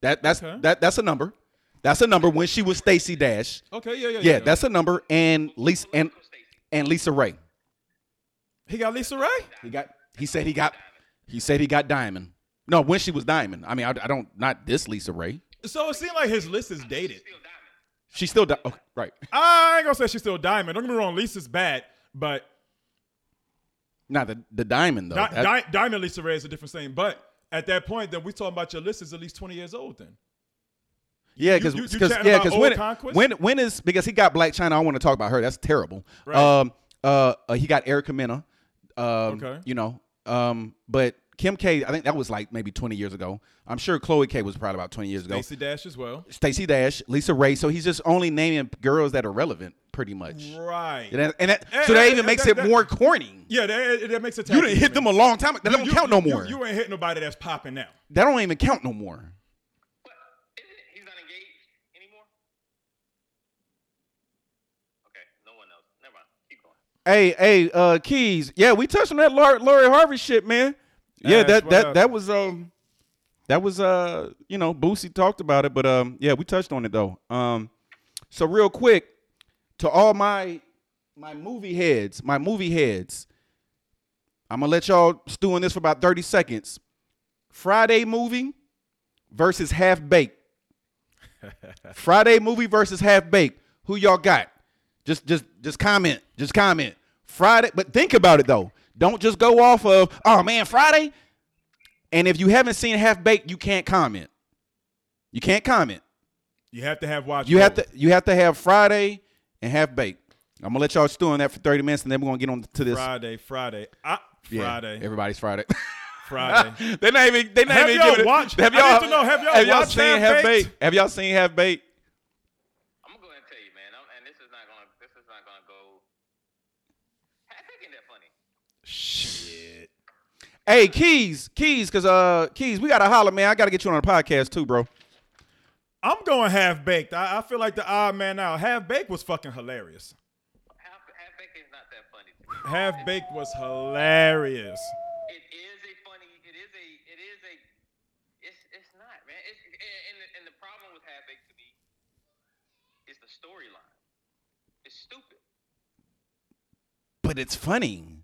A: That that's
C: Okay.
A: that that's a number. That's a number when she was Stacy Dash.
C: Okay. Yeah. Yeah.
A: Yeah, that's a number. And Lisa and
D: Uncle Stacy.
A: and Lisa Ray.
C: he got Lisa Ray.
A: He got. He said he got. He said he got Diamond. No, when she was Diamond. I mean, I, I don't not this Lisa Ray.
C: So it seemed like his list is dated.
D: Still diamond.
A: She still di- okay, right.
C: I ain't gonna say she's still a diamond. Don't get me wrong, Lisa's bad, but
A: Not the the Diamond though.
C: Di-
A: Oh, That-
C: Di- diamond Lisa Ray is a different thing. But at that point, then we talking about your list is at least twenty years old. Then
A: Yeah,
C: You-
A: because
C: you- you chatting
A: yeah,
C: about
A: because
C: old
A: when,
C: conquests?
A: when when is because he got Black China. I want to talk about her. That's terrible.
C: Right.
A: Um, uh, uh, he got Erica Mena. Um,
C: Okay.
A: you know. Um, but Kim K, I think that was like maybe twenty years ago. I'm sure Chloe K was probably about twenty years ago.
C: Lacey Dash as well.
A: Stacey Dash, Lisa Ray. So he's just only naming girls that are relevant, pretty much.
C: Right.
A: And that, and that-
C: Eh,
A: so that
C: eh,
A: even
C: eh,
A: makes
C: that-
A: it
C: that-
A: more corny.
C: Yeah, that, that makes it.
A: You didn't hit them a long time. That don't count no more.
C: You, ain't hit nobody that's popping now.
A: that don't even count no more.
D: But isn't it, he's not engaged anymore? Okay, no one knows. Never mind. Keep going.
A: Hey, hey, uh, Keys. Yeah, we touched on that Lori, Lori Harvey shit, man. Yeah,
C: That's
A: that
C: what
A: that
C: up.
A: that was um, that was uh, you know, Boosie talked about it, but um, yeah, we touched on it though. Um, so real quick, to all my my movie heads, my movie heads, I'm gonna let y'all stew on this for about 30 seconds. Friday movie versus Half Baked. Friday movie versus Half Baked. Who y'all got? Just just just comment. Just comment. Friday, but think about it though. Don't just go off of, oh man, Friday. And if you haven't seen Half Baked, you can't comment. You can't comment.
C: You have to have watch.
A: You have
C: both.
A: to you have to have Friday and Half Baked. I'm gonna let y'all stew on that for 30 minutes and then we're gonna get on to this.
C: Friday, Friday, I,
A: Yeah,
C: Friday,
A: Everybody's Friday.
C: Friday.
A: they not even. They not
C: Have
A: even
C: y'all
A: giving it-
C: watched-
A: Have
C: I
A: y'all,
C: need to know, have y'all watched
A: seen
C: Half
A: Half
C: Baked?
A: Baked? Have y'all seen Half Baked?
D: I'm gonna go ahead and tell you, man. I'm, and this is not gonna. This is not gonna go. I think ain't that funny.
C: Shit.
A: Hey, Keys, Keys, cause uh, Keys, we gotta holler, man. I gotta get you on the podcast too, bro.
C: I'm going half baked. I, I feel like the odd man out. Half baked was fucking hilarious.
D: Half, half baked is not that funny. To me.
C: Half baked was hilarious.
D: It is a funny. It is a. It is a. It's it's not, man. It's and and the, and the problem with half baked to me is the storyline. It's stupid.
A: But it's funny.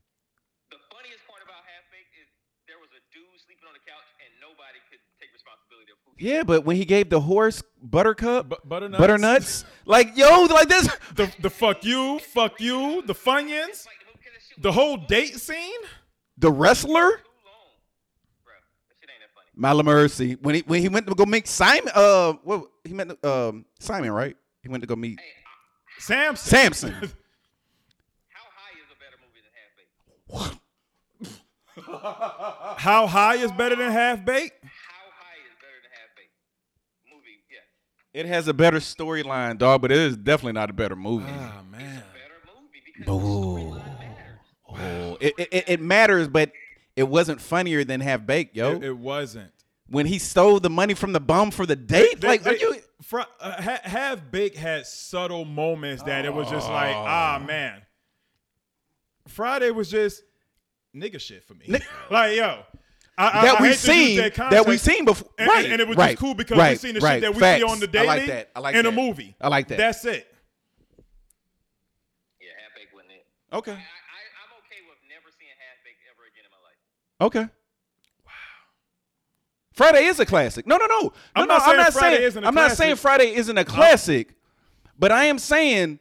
D: The funniest part about half baked is there was a dude sleeping on the couch and nobody could take responsibility of who. he
A: Yeah, but when he gave the horse buttercup,
C: Bu- butternuts?
A: butternuts, like yo, like this.
C: The the fuck you, fuck you, the funyuns,
D: Like, who- 'cause that shit
C: the
D: was
C: whole date scene.
A: The wrestler,
D: too long, bro. That shit ain't that funny.
A: Mala Mercy, when he when he went to go meet Simon, uh, what he meant, um, Simon, right? He went to go meet
D: Hey, I,
C: Samson.
A: Samson.
D: how high is a better movie than half baked?
C: How high is better than half baked?
D: How high is better than half baked? Movie, yeah,
A: It has a better storyline, dog, but it is definitely not a better movie.
C: Ah man.
D: better movie because the storyline matters.
A: Oh, it, it, it- it matters, but it wasn't funnier than half baked, yo.
C: It, it wasn't.
A: when he stole the money from the bum for the date, like are you?
C: Fr- uh, ha- half baked had subtle moments that it was just like, ah man. Friday was just nigga shit for me. like yo, I, I-
A: That we've
C: I hate to use
A: seen, that,
C: context.
A: we've seen before,
C: And,
A: right?
C: and, and it was
A: right,
C: just cool because we
A: right,
C: seen the
A: right,
C: shit that we
A: facts.
C: see on the
A: I
C: daily
A: like that. I like
C: in
A: that.
C: a movie.
A: I like that.
C: That's it.
D: Yeah, half baked wasn't it.
A: okay.
D: I, I I'm okay with never seeing half baked ever again in my life.
A: Okay. Wow. Friday is a classic. No, no, no. No,
C: I'm
A: no,
C: not
A: I'm
C: saying
A: not
C: Friday
A: saying
C: isn't a
A: I'm not saying
C: classic.
A: Friday isn't a classic, but I am saying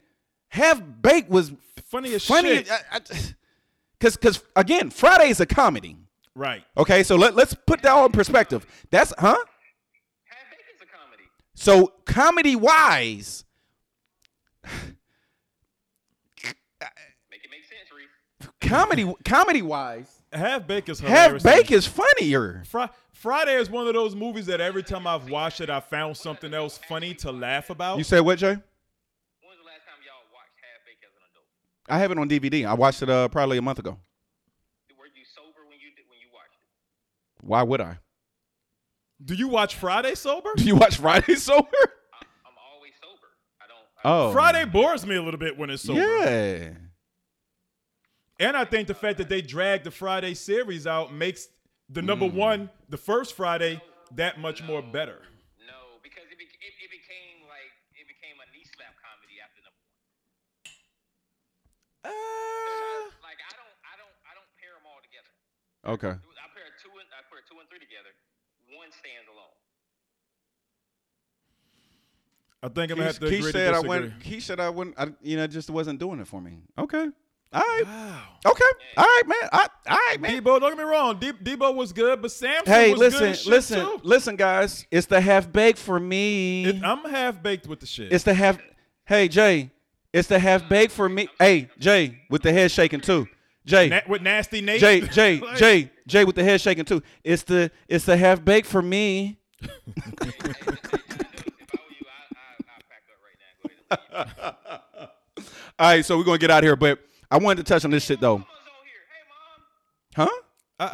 A: half baked was
C: Funny as
A: funny
C: shit.
A: cuz cuz again, Friday is a comedy.
C: right.
A: Okay, so let, let's put that all in perspective. That's huh?
D: Half Baked is a comedy.
A: So comedy wise,
D: Make it make sense, Reese.
A: comedy comedy wise,
C: Half Baked is
A: half
C: hilarious.
A: baked is funnier.
C: Fri- Friday is one of those movies that every time I've watched it, I found something else funny to laugh about.
A: You said what, Jay?
D: When was the last time y'all watched Half Baked as an adult?
A: I have it on DVD. I watched it uh, probably a month ago.
D: Were you sober when you did, when you watched it?
A: Why would I?
C: Do you watch Friday sober?
A: Do you watch Friday Sober?
D: I'm, I'm always sober. I don't. I
A: Oh,
C: Friday bores me a little bit when it's sober.
A: Yeah,
C: And I think the fact that they dragged the Friday series out makes the number
A: Mm.
C: one, the first Friday, that much more better.
D: No, because it, bec- it, it became like it became a knee slap comedy after number one. Like I don't, I don't, I don't pair them all together.
A: okay.
D: I pair two and I pair two and three together. One stands alone.
C: I think I'm gonna have
A: Keith,
C: to agree
A: Keith
C: to
A: said I
C: disagree.
A: went. Keith said I wouldn't. I, you know, it just wasn't doing it for me. Okay. All right.
C: Wow.
A: Okay. All right, man. I, all right, man.
C: Debo, don't get me wrong. De- Debo was good, but Samson
A: Hey,
C: was good
A: listen,
C: as shit
A: listen,
C: too.
A: listen, guys. It's the half baked for me.
C: It- I'm half baked with the shit.
A: It's the half. Hey Jay, it's the half baked for me. Hey Jay, with the head shaking too. Jay,
C: Na- with nasty Nate.
A: Jay, Jay,
C: Like,
A: Jay, Jay, with the head shaking too. It's the it's the half baked for me.
D: if I were you, I, I, I pack up right now. and Go ahead and leave.
A: All right, so we're gonna get out of here, but I wanted to touch on this shit though,
D: Mama's on here. Hey, mom.
A: huh?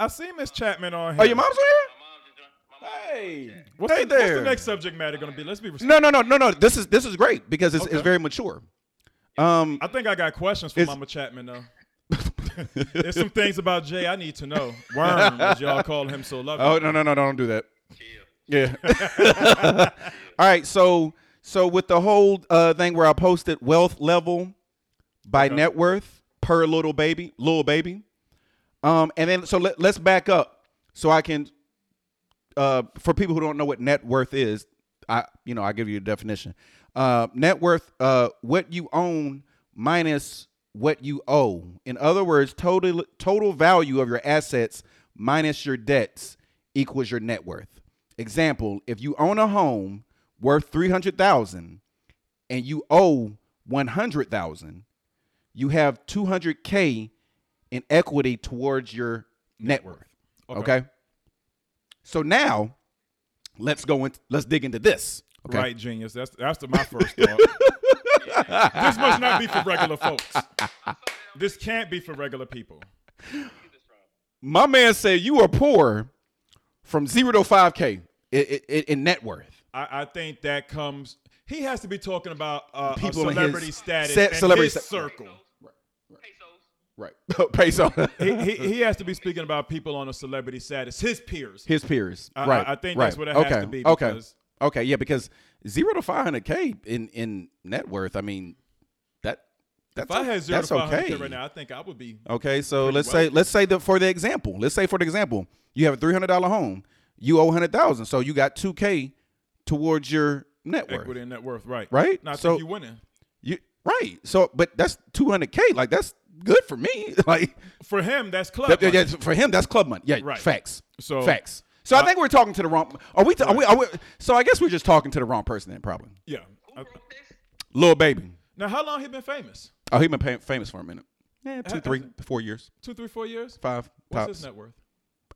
C: I, I see Miss Chapman on here.
A: Oh, your mom's
D: My mom just joined. My
A: on here.
D: mom.
A: Hey,
C: What's,
A: hey
C: the, what's
A: there.
C: the next subject matter gonna be? Let's be respectful.
A: No, no, no, no, no. This is this is great because it's, it's
C: Okay.
A: very mature. Um,
C: I think I got questions for
A: It's-
C: Mama Chapman though. There's some things about Jay I need to know. Worm, as y'all call him so lovely.
A: oh no, no, no, no, don't do that.
D: Chill.
A: Yeah. All right. So so with the whole uh, thing where I posted wealth level by net worth per little baby, little baby, um, and then so let, let's back up so I can uh, for people who don't know what net worth is, I you know I give you a definition. Uh, net worth, uh, what you own minus what you owe. In other words, total total value of your assets minus your debts equals your net worth. Example: If you own a home worth three hundred thousand and you owe one hundred thousand, you have two hundred k in equity towards your net worth.
C: Okay.
A: okay? So now, let's go in. Let's dig into this. Okay.
C: Right, genius. That's that's the, my first thought. this must not be for regular folks. This can't be for regular people.
A: My man said you are poor from zero to five k in, in, in net worth.
C: I, I think that comes. He has to be talking about uh, a
A: People in his
C: celebrity status
A: se-
C: and
A: celebrity
C: his
A: sta-
C: circle.
D: Pesos.
A: Right. Peso.
C: He, he, he has to be speaking about people on a celebrity status, his peers.
A: His peers.
C: I-
A: right.
C: I- I think
A: right.
C: that's what it has
A: okay.
C: to be
A: Okay.
C: because-
A: Okay. Yeah, because zero to five hundred k in in net worth. I mean, that that's
C: If I had zero
A: that's
C: to 500
A: okay
C: right now, I think I would be.
A: Okay, so
C: Pretty
A: let's
C: well.
A: say let's say that for the example, let's say for the example, you have a three hundred dollar home, you owe hundred thousand, so you got two k towards your net worth,
C: Equity and net worth, right?
A: Right?
C: Now I
A: So-
C: think you winning
A: You- right? So, but that's two hundred k, like that's good for me, like
C: for him. That's club.
A: that-
C: money.
A: yeah, for him that's club money. Yeah,
C: Right.
A: facts.
C: So- uh,
A: facts. So I think we're talking to the wrong. Are we? Are we, are we? So I guess we're just talking to the wrong person then, probably.
C: yeah.
D: Who
C: I-
D: wrote this?
A: Little baby.
C: Now, how long he been famous?
A: Oh, he been pa- famous for a minute. Yeah,
C: I- I
A: two, three, four years,
C: Two, three, four years.
A: five
C: What's
A: tops.
C: his net worth?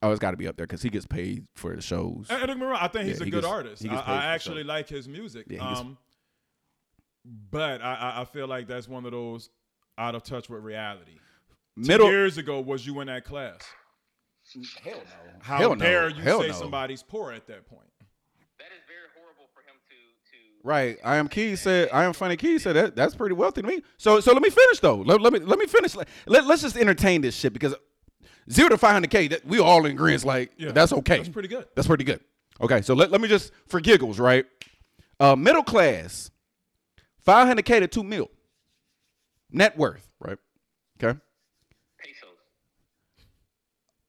A: Oh, it's got to be up there because he gets paid for the shows.
C: And, and don't get me wrong, I think he's
A: Yeah,
C: a
A: he
C: good
A: gets-
C: artist.
A: he
C: I,
A: gets paid
C: I
A: for
C: actually
A: sure.
C: like his music.
A: Yeah, he gets-
C: um, but I, I, I feel like that's one of those out of touch with reality.
A: Middle
C: Years ago, was you in that class?
A: Hell no.
C: How
A: Hell no.
C: dare you
A: Hell
C: say
A: no.
C: somebody's poor at that point?
D: That is very horrible for him to to.
A: Right. I am Key said I am funny Key said that that's pretty wealthy to me. So so let me finish though. Let, let me let me finish. Let, let, us just entertain this shit because zero to five hundred K that we all in agreement like
C: Yeah.
A: that's okay.
C: That's pretty good.
A: That's pretty good. Okay, so let, let me just for giggles, right? Uh middle class, five hundred K to two mil. Net worth, right? Okay.
D: Pesos.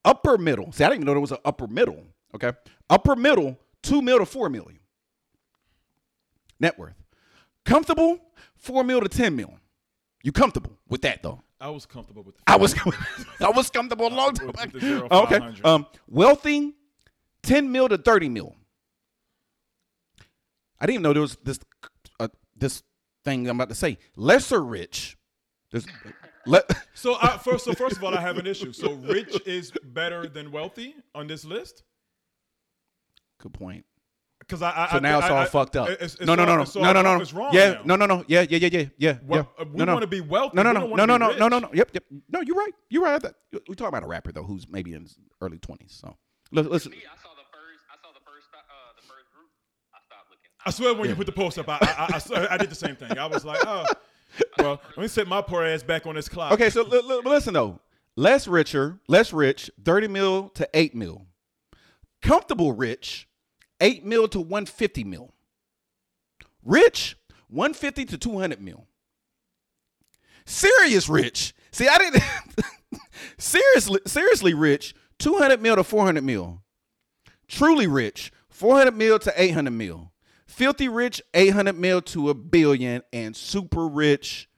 A: Upper middle. See, I didn't even know there was an upper middle. Okay. Upper middle, two mil to four million. Net worth. Comfortable, four mil to ten mil. You comfortable with that though?
C: I was comfortable with the
A: I was I was comfortable a long time
C: With
A: back.
C: the zero
A: Okay.
C: 500.
A: Um, wealthy, ten mil to thirty mil. I didn't even know there was this uh, this thing I'm about to say. Lesser rich. There's le-
C: So I, first, so first of all, I have an issue. So rich is better than wealthy on this list
A: good point.
C: because I, I
A: So
C: I-
A: now it's
C: I-
A: all
C: I-
A: fucked up.
C: it's- it's
A: no, no,
C: all-
A: no, no,
C: it's all-
A: no, no, no,
C: It's wrong.
A: yeah, no,
C: now.
A: no, no, yeah, yeah, yeah, yeah, yeah.
C: Well,
A: yeah.
C: uh, we
A: no, no.
C: wanna be wealthy.
A: No, no,
C: We
A: no,
C: don't
A: no,
C: wanna
A: no,
C: be
A: no, no, no,
C: rich.
A: no. Yep, yep. No, you're right. You're right. I thought- We're talking about a rapper though, who's maybe in his early twenties. So listen, listen.
D: Me, I saw the first. I saw the first. Uh, the first group. I stopped looking.
C: I swear, when you put the post up, I, I, I, swear, I did the same thing. I was like, oh, well, let me set my poor ass back on this clock.
A: Okay, so li- li- listen though. Less richer, less rich, 30 mil to 8 mil. Comfortable rich, 8 mil to 150 mil. Rich, 150 to 200 mil. Serious rich. See, I didn't seriously seriously rich, 200 mil to 400 mil. Truly rich, 400 mil to 800 mil. Filthy rich, 800 mil to a billion and super rich,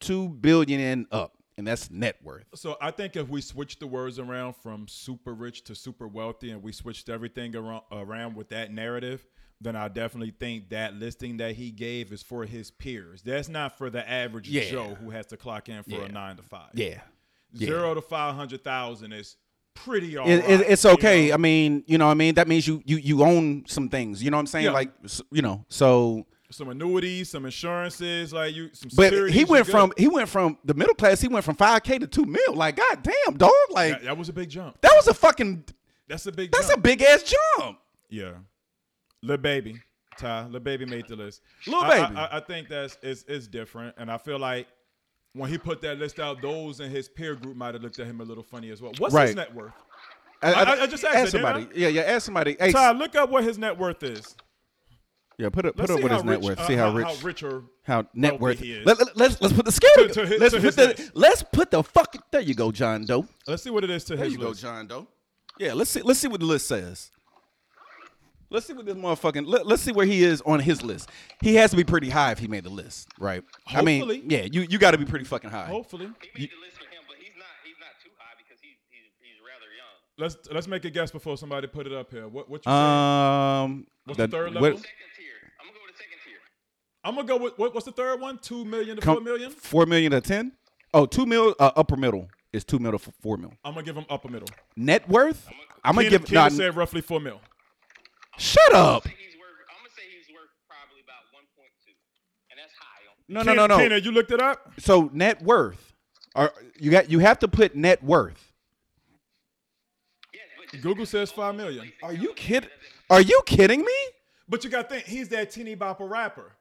A: two billion and up, and that's net worth.
C: So I think if we switched the words around from super rich to super wealthy, and we switched everything around, around with that narrative, then I definitely think that listing that he gave is for his peers. That's not for the average
A: Yeah.
C: Joe who has to clock in for
A: Yeah.
C: a nine to five.
A: Yeah, yeah.
C: zero to five hundred thousand is pretty all
A: it,
C: right,
A: it, it's
C: you
A: okay.
C: know?
A: I mean, you know, what I mean, that means you you you own some things. You know what I'm saying?
C: Yeah.
A: Like, s- you know, so.
C: Some annuities, some insurances, like you, some.
A: But
C: securities,
A: he
C: you
A: went
C: good.
A: from he went from the middle class. He went from five k to two mil. Like, god damn, dog. Like
C: that, that was a big jump.
A: that was a fucking
C: That's a big.
A: that's
C: jump.
A: a big ass jump.
C: Yeah. Lil Baby. Ty. Lil Baby made the list.
A: Lil
C: I-
A: Baby.
C: I, I, I think that's it's, it's different. And I feel like when he put that list out, those in his peer group might have looked at him a little funny as well. What's
A: Right.
C: his net worth? I- I just asked
A: ask
C: that, didn't I?
A: somebody. Yeah, yeah. Ask somebody. Hey,
C: Ty, look up what his net worth is.
A: yeah. Put up put
C: Let's
A: up
C: see
A: what
C: how
A: his net
C: rich-
A: worth.
C: uh,
A: See how rich
C: How rich or
A: how net
C: wealthy
A: worth.
C: he is.
A: Let, let, let's let's put the scale.
C: To- to his-
A: let's
C: to
A: put
C: his
A: the
C: list.
A: let's put the fucking there. You go, John Doe.
C: Let's see what it is to
A: There
C: his
A: you go,
C: list.
A: John Doe. Yeah, let's see. Let's see what the list says. Let's see what this motherfucking. Let, us see where he is on his list. He has to be pretty high if he made the list, right? I
C: Hopefully.
A: mean, yeah, you you got to be pretty fucking high.
C: Hopefully.
D: He made the list for him, but he's not. He's not too high because he's he's he's rather young.
C: Let's let's make a guess before somebody put it up here. What what you saying?
A: Um,
C: What's the third
A: what-
C: level?
D: Second tier. I'm gonna go with the second tier.
C: I'm gonna go with what, what's the third one? Two million to
A: com-
C: four million?
A: Four million to ten? Oh, two mil. Uh, upper middle is two mil to f- four mil.
C: I'm gonna give him upper middle.
A: Net worth? I'm gonna
C: Keenan-
A: give.
C: Keenan
A: Nah,
C: said roughly four mil.
A: shut up.
D: Say he's worth. I'm gonna say he's worth probably about 1.2, and that's high on.
A: No, no, no, no.
C: Keenan, you looked it up?
A: So net worth. Are, you got you have to put net worth.
D: Yes, but just
C: Google says five million.
A: Are you kidding? Are you kidding me?
C: But you got to think, he's that teeny bopper rapper.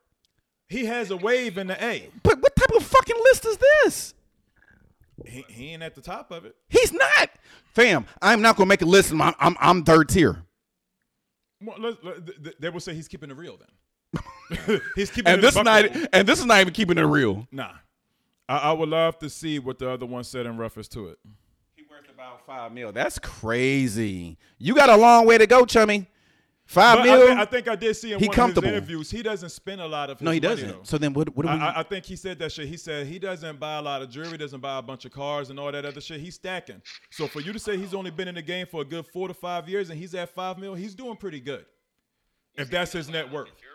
C: He has a wave in the A.
A: But what type of fucking list is this?
C: He, he ain't at the top of it.
A: He's not, fam. I'm not gonna make a list. and I'm I'm, I'm third tier.
C: Well, let, let- th- th- they will say he's keeping it real then. he's keeping
A: And
C: it
A: this is not
C: buckle.
A: and this is not even keeping it real.
C: Nah. I, I would love to see what the other one said in reference to it.
A: He worth about five mil. That's crazy. You got a long way to go, chummy. Five
C: But I,
A: mil.
C: thi- I think I did see in
A: He
C: one
A: comfortable.
C: of his interviews, he doesn't spend a lot of his
A: no, he
C: money,
A: doesn't.
C: though.
A: So then what? What do we?
C: I, I- I think he said that shit. He said he doesn't buy a lot of jewelry, doesn't buy a bunch of cars and all that other shit. He's stacking. So for you to say he's only been in the game for a good four to five years and he's at five mil, he's doing pretty good. If that's his net worth.
D: Jury?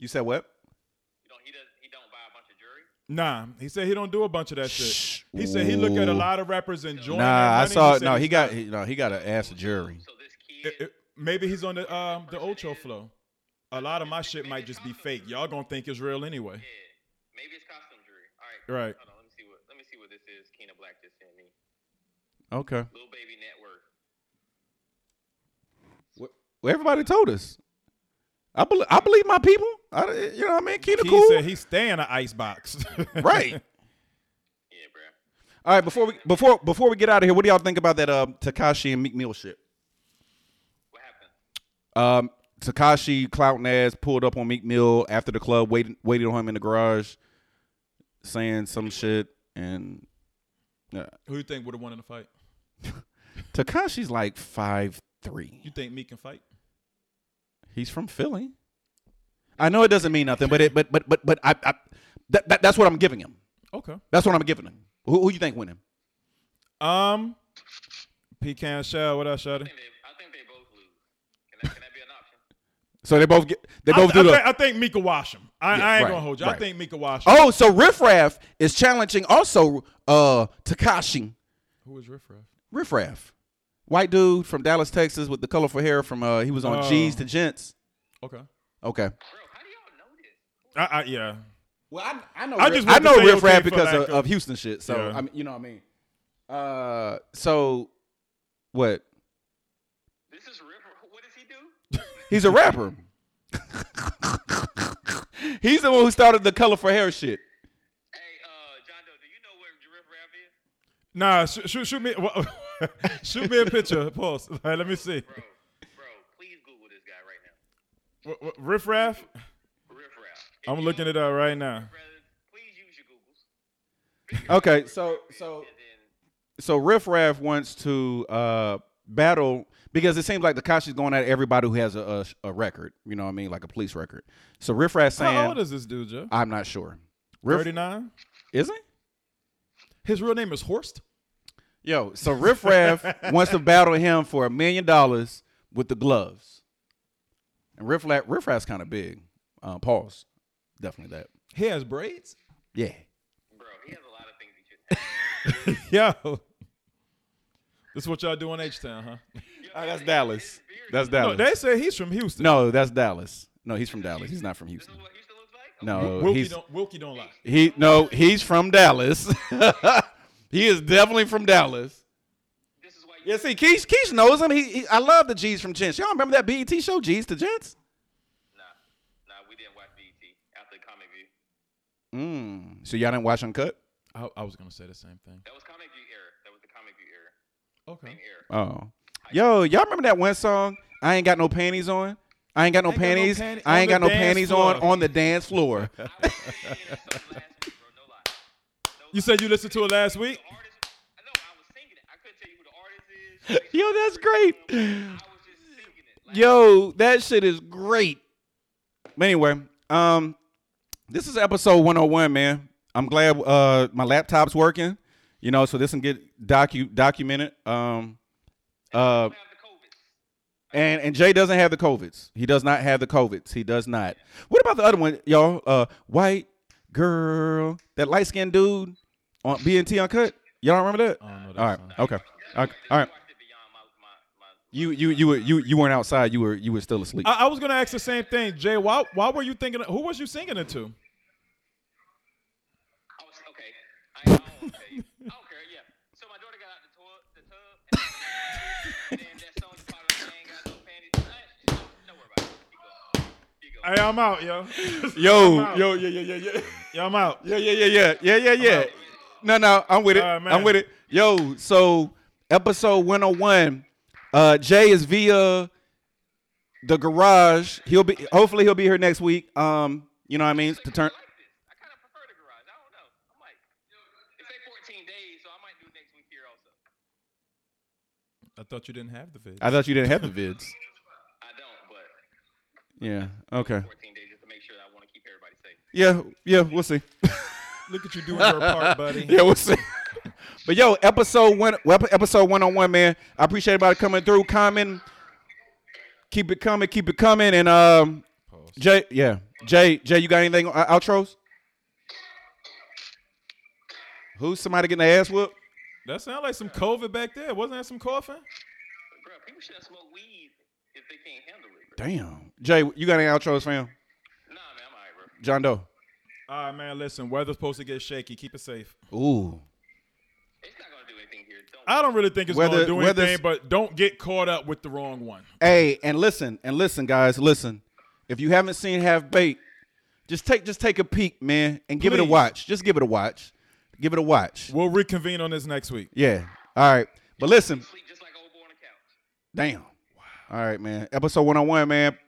A: you said what?
D: You know, he does. He don't buy a bunch of jury.
C: Nah, he said he don't do a bunch of that
A: Shh.
C: shit. He said he looked at a
A: Ooh.
C: lot of rappers enjoying.
A: Nah, I saw.
C: it.
A: No, he got. He, no, he got to ask the jury.
D: So this kid.
C: maybe he's on the um the Ocho flow. A lot of my shit might just be fake. Y'all gonna think it's real anyway.
D: yeah. Maybe it's costume jury. All right.
C: Right.
D: Hold on. Let me see what. Let me see what this is. Keena Black just sent me.
A: Okay.
D: Little baby net worth.
A: Well, everybody told us. I believe. I believe my people. I, you know what I mean? Keita
C: He
A: cool.
C: said he stay in an icebox.
A: right.
D: Yeah, bruh.
A: All right. Before we before before we get out of here, what do y'all think about that uh, Takashi and Meek Mill shit?
D: What happened?
A: Um, Takashi clouting ass pulled up on Meek Mill after the club, waited waited on him in the garage, saying some shit, and uh,
C: Who you think would have won in the fight?
A: Takashi's like five
C: You
A: three.
C: think Meek can fight?
A: He's from Philly. I know it doesn't mean nothing, but it but but but but I, I that, that that's what I'm giving him.
C: Okay.
A: That's what I'm giving him. Who, who you think win him?
C: Um, pecan shell. What up, Shotty?
D: think they, I think they both lose. Can that, can that be an option?
A: So they both get they
C: I,
A: both
C: I
A: do the.
C: thi- I think Mika wash him. I,
A: Yeah,
C: I ain't
A: right,
C: gonna hold you. I
A: right.
C: think Mika wash him.
A: oh, so Riff Raff is challenging also uh Takashi
C: Who is Riff Raff?
A: Riff Raff, white dude from Dallas, Texas, with the colorful hair from uh he was on
C: Oh.
A: G's to Gents.
C: Okay.
A: Okay.
D: Bro, how do y'all know this?
C: I, I yeah.
A: Well, I, I know.
C: I
A: I
C: just
A: I
C: want
A: know
C: to say
A: Riff
C: okay
A: Raff
C: for
A: because of,
C: Laker.
A: of Houston shit. So
C: Yeah.
A: I mean, you know what I mean. Uh, so what?
D: This is River. What does he do?
A: He's a rapper. He's the one who started the color for hair shit.
D: hey, uh, John Doe, do you know where Riff Raff is?
C: Nah, shoot, shoot, shoot me. shoot me a picture. Pause. Like, let me see.
D: Bro, bro, please Google this guy right now.
C: W- w- Riff Raff.
D: Riff Raff. If
C: I'm
D: you
C: looking it
D: don't
C: up right now.
D: know, brother, Please use your Googles. Figure out
A: Okay,
D: where Riff
A: so-
D: Raff is,
A: so-
D: and then-
A: So Riff Raff wants to uh, battle because it seems like Takashi's going at everybody who has a, a, a record. You know what I mean, like a police record. So Riff Raff saying,
C: How old is this dude, Joe?
A: "I'm not sure." Riff
C: 39.
A: is it?
C: His real name is Horst.
A: Yo, so Riff Raff wants to battle him for a million dollars with the gloves. And Riff Raff, Riff Raff's kind of big. Uh, pause. Definitely that.
C: He has braids.
A: Yeah.
D: bro, he has a lot of things he should
C: Yo. This is what y'all do in H Town, huh?
A: Oh, that's Dallas. That's
C: No,
A: Dallas.
C: they say he's from Houston.
A: No, that's Dallas. No, he's from Dallas. He's not from
D: This
A: Houston.
D: is what Houston looks like?
A: No,
C: Wilkie
A: he's
C: don't Wilkie don't lie.
A: he. No, he's from Dallas. he is definitely from Dallas.
D: This is why you
A: Yeah, see, Keith, Keith knows him. He, he, I love the G's from Gents. Y'all remember that BET show, G's to Gents?
D: Nah, nah, we didn't watch BET after Comic View.
A: Mm. So y'all didn't watch Uncut?
C: I, I was gonna say the same thing.
D: That was Comic View era. That was the Comic View era.
C: Okay.
D: Same era.
A: Oh. Yo, y'all remember that one song? I ain't got no panties on. I ain't got no
C: Ain't got no
A: panties.
C: panty-
A: I
C: on
A: ain't
C: the
A: got no
C: dance
A: panties
C: floor.
A: on on the dance floor.
D: I was singing that song last week, bro. No lie. No
C: You
D: lie.
C: said you listened to it last week.
D: The artist, I know I was singing it. I couldn't tell you who the artist is.
A: Yo, that's great.
D: I was just singing it. Like,
A: Yo, that shit is great. But anyway, um, this is episode 101, man. I'm glad uh my laptop's working. You know, so this can get docu documented. Um uh
D: I have the COVID.
A: And and Jay doesn't have the covids. He does not have the covids. He does not. What about the other one, y'all? Uh, white girl, that light skinned dude on BNT Uncut. Y'all don't remember that?
C: I don't know that
A: All right.
C: song.
A: Okay. Okay. All right.
D: I watched it beyond my, my, my
A: You you you were you you weren't outside. You were you were still asleep.
C: I, I was gonna ask the same thing, Jay. Why why were you thinking? Who was you singing it to?
D: I was okay. I, I don't tell you. I don't care. Yeah. So my daughter got out the, tub, the tub, and then that song just popped up. Ain't got no panties. I, don't worry about it. Keep going. Keep going.
C: Hey, I'm out, yo.
A: Yo yo yeah yeah yeah yeah
C: yo, I'm out.
A: yeah yeah yeah yeah yeah yeah yeah. No no, I'm with it.
C: All right, man.
A: I'm with it. Yo, so episode 101. Uh, Jay is via the garage. He'll be hopefully he'll be here next week. Um, you know what I mean to turn.
D: I like this. I kind of prefer the garage. I don't know. I might. It say 14 days, so I might do next week here also.
C: I thought you didn't have the vid.
A: I thought you didn't have the vids.
D: I don't, but
A: Yeah. Okay.
D: 14 days just to make sure that I want to keep everybody safe.
A: Yeah. Yeah. We'll see.
C: Look at you doing your part, buddy.
A: Yeah, we'll see. But yo, episode one, well, episode one on one, man. I appreciate everybody coming through, commenting. Keep it coming, keep it coming, and um, Jay, yeah, Jay, Jay, you got anything uh, outros? Who's somebody getting their ass whooped?
C: That sounded like some COVID back there. Wasn't that some coughing?
D: Bro, people shouldn't smoke weed if they can't handle it. Bro.
A: Damn, Jay, you got any outros, fam?
D: Nah, man, I'm alright, bro.
A: John Doe.
C: All right, man. Listen, weather's supposed to get shaky. Keep it safe.
A: Ooh,
D: It's not gonna do anything here. Don't.
C: I don't really think it's
A: Weather-
C: gonna do
A: weather's-
C: anything, but don't get caught up with the wrong one.
A: Hey, and listen, and listen, guys, listen. If you haven't seen Half Baked, just take just take a peek, man, and give it a
C: Please.
A: watch. Just give it a watch. Give it a watch.
C: We'll reconvene on this next week.
A: Yeah. All right. But listen,
D: sleep just like old boy on the couch.
A: damn. All right, man. Episode one on one, man.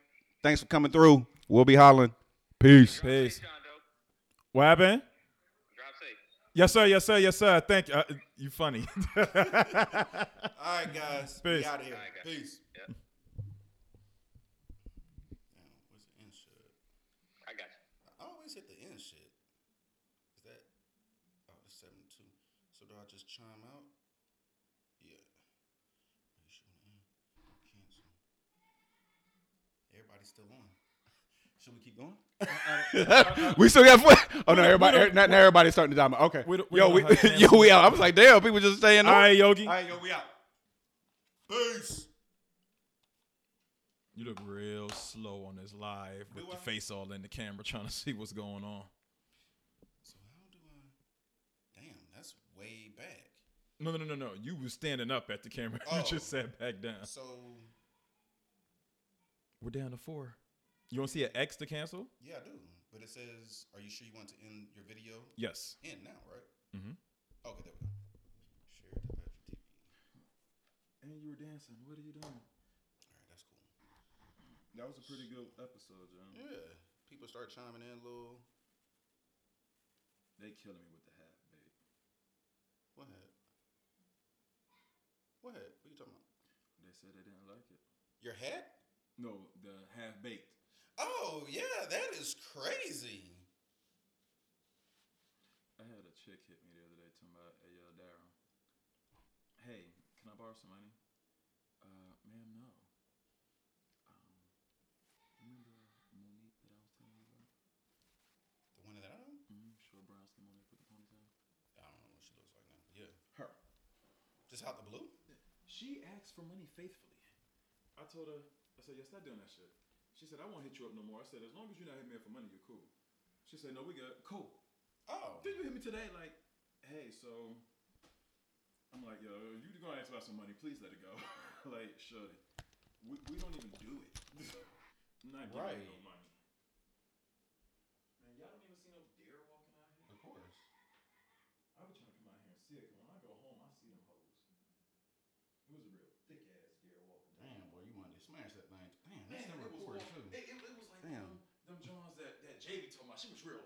A: Thanks for coming through. We'll be hollering. Peace.
C: Peace.
D: John Doe,
C: What happened?
D: drive safe.
C: Yes, sir. Yes, sir. Yes, sir. Thank you. Uh, you funny.
E: All right, guys.
C: Peace.
E: We out of here. Peace.
B: just hit the end shit. Is that? Oh, that's 72. So do I just chime out? Yeah. Are you sure the end? Cancel. Everybody's still on. Should we keep going?
A: we still got. Four. Oh no, everybody,
C: we don't-
A: not, not everybody's starting to die. Okay,
C: We don't- we
A: yo,
C: don't
A: we,
C: know how to
A: yo, we out. I was like, damn, people just staying
C: All
A: on.
C: right, Yogi.
B: right, yo, we out. Peace.
C: You look real slow on this live with
B: Do
C: your
B: I?
C: face all in the camera trying to see what's going on.
B: So how do I? Damn, that's way back.
C: No, no, no, no, no. You was standing up at the camera.
B: Oh.
C: You just sat back down.
B: So
C: We're down to four. You want to see an X to cancel?
B: yeah, I do. But it says, "Are you sure you want to end your video?"
C: Yes.
B: End now, right?
C: Mhm.
B: Okay, there we go. Share to Patrick TV.
C: And you were dancing. What are you doing?
B: All right, that's cool.
C: That was a pretty good episode, John.
B: Yeah, people start chiming in, little.
C: They killing me with the hat, babe.
B: What? What? What are you talking about?
C: They said they didn't like it.
B: Your hat?
C: No, the half baked.
B: Oh yeah, that is crazy.
C: I had a chick hit me the other day talking about, hey, uh, Darryl, hey, can I borrow some money? Uh, ma'am, no. Um, remember Monique that I was telling you about?
B: The one that I don't,
C: Mm-hmm. Short brown skin Monique with the ponytail?
B: I don't know what she looks like now. Yeah,
C: Her.
B: just out the blue.
C: She asked for money faithfully. I told her, I said, yes, stop doing that shit. She said, I won't hit you up no more. I said, as long as you're not hitting me up for money, you're cool. She said, no, we good. Cool.
B: Oh,
C: Then you hit me today, like, hey, so I'm like, yo, you gonna ask about some money? Please let it go. like, shut it. We, we don't even do it. I'm not giving you
B: Right.
C: no money. Man, y'all don't even see no deer walking out here.
B: of course.
C: I be trying to come out here and see it. 'cause When I go home, I see them hoes. It was a real thick ass deer walking down.
B: Damn, boy, you wanted to smash that thing. Damn,
C: Man, it
B: that's still
C: was,
B: recording
C: walking-
B: too.
C: it, it, it was like
B: Damn.
C: them, them Johns that that Jay be talking about. She was real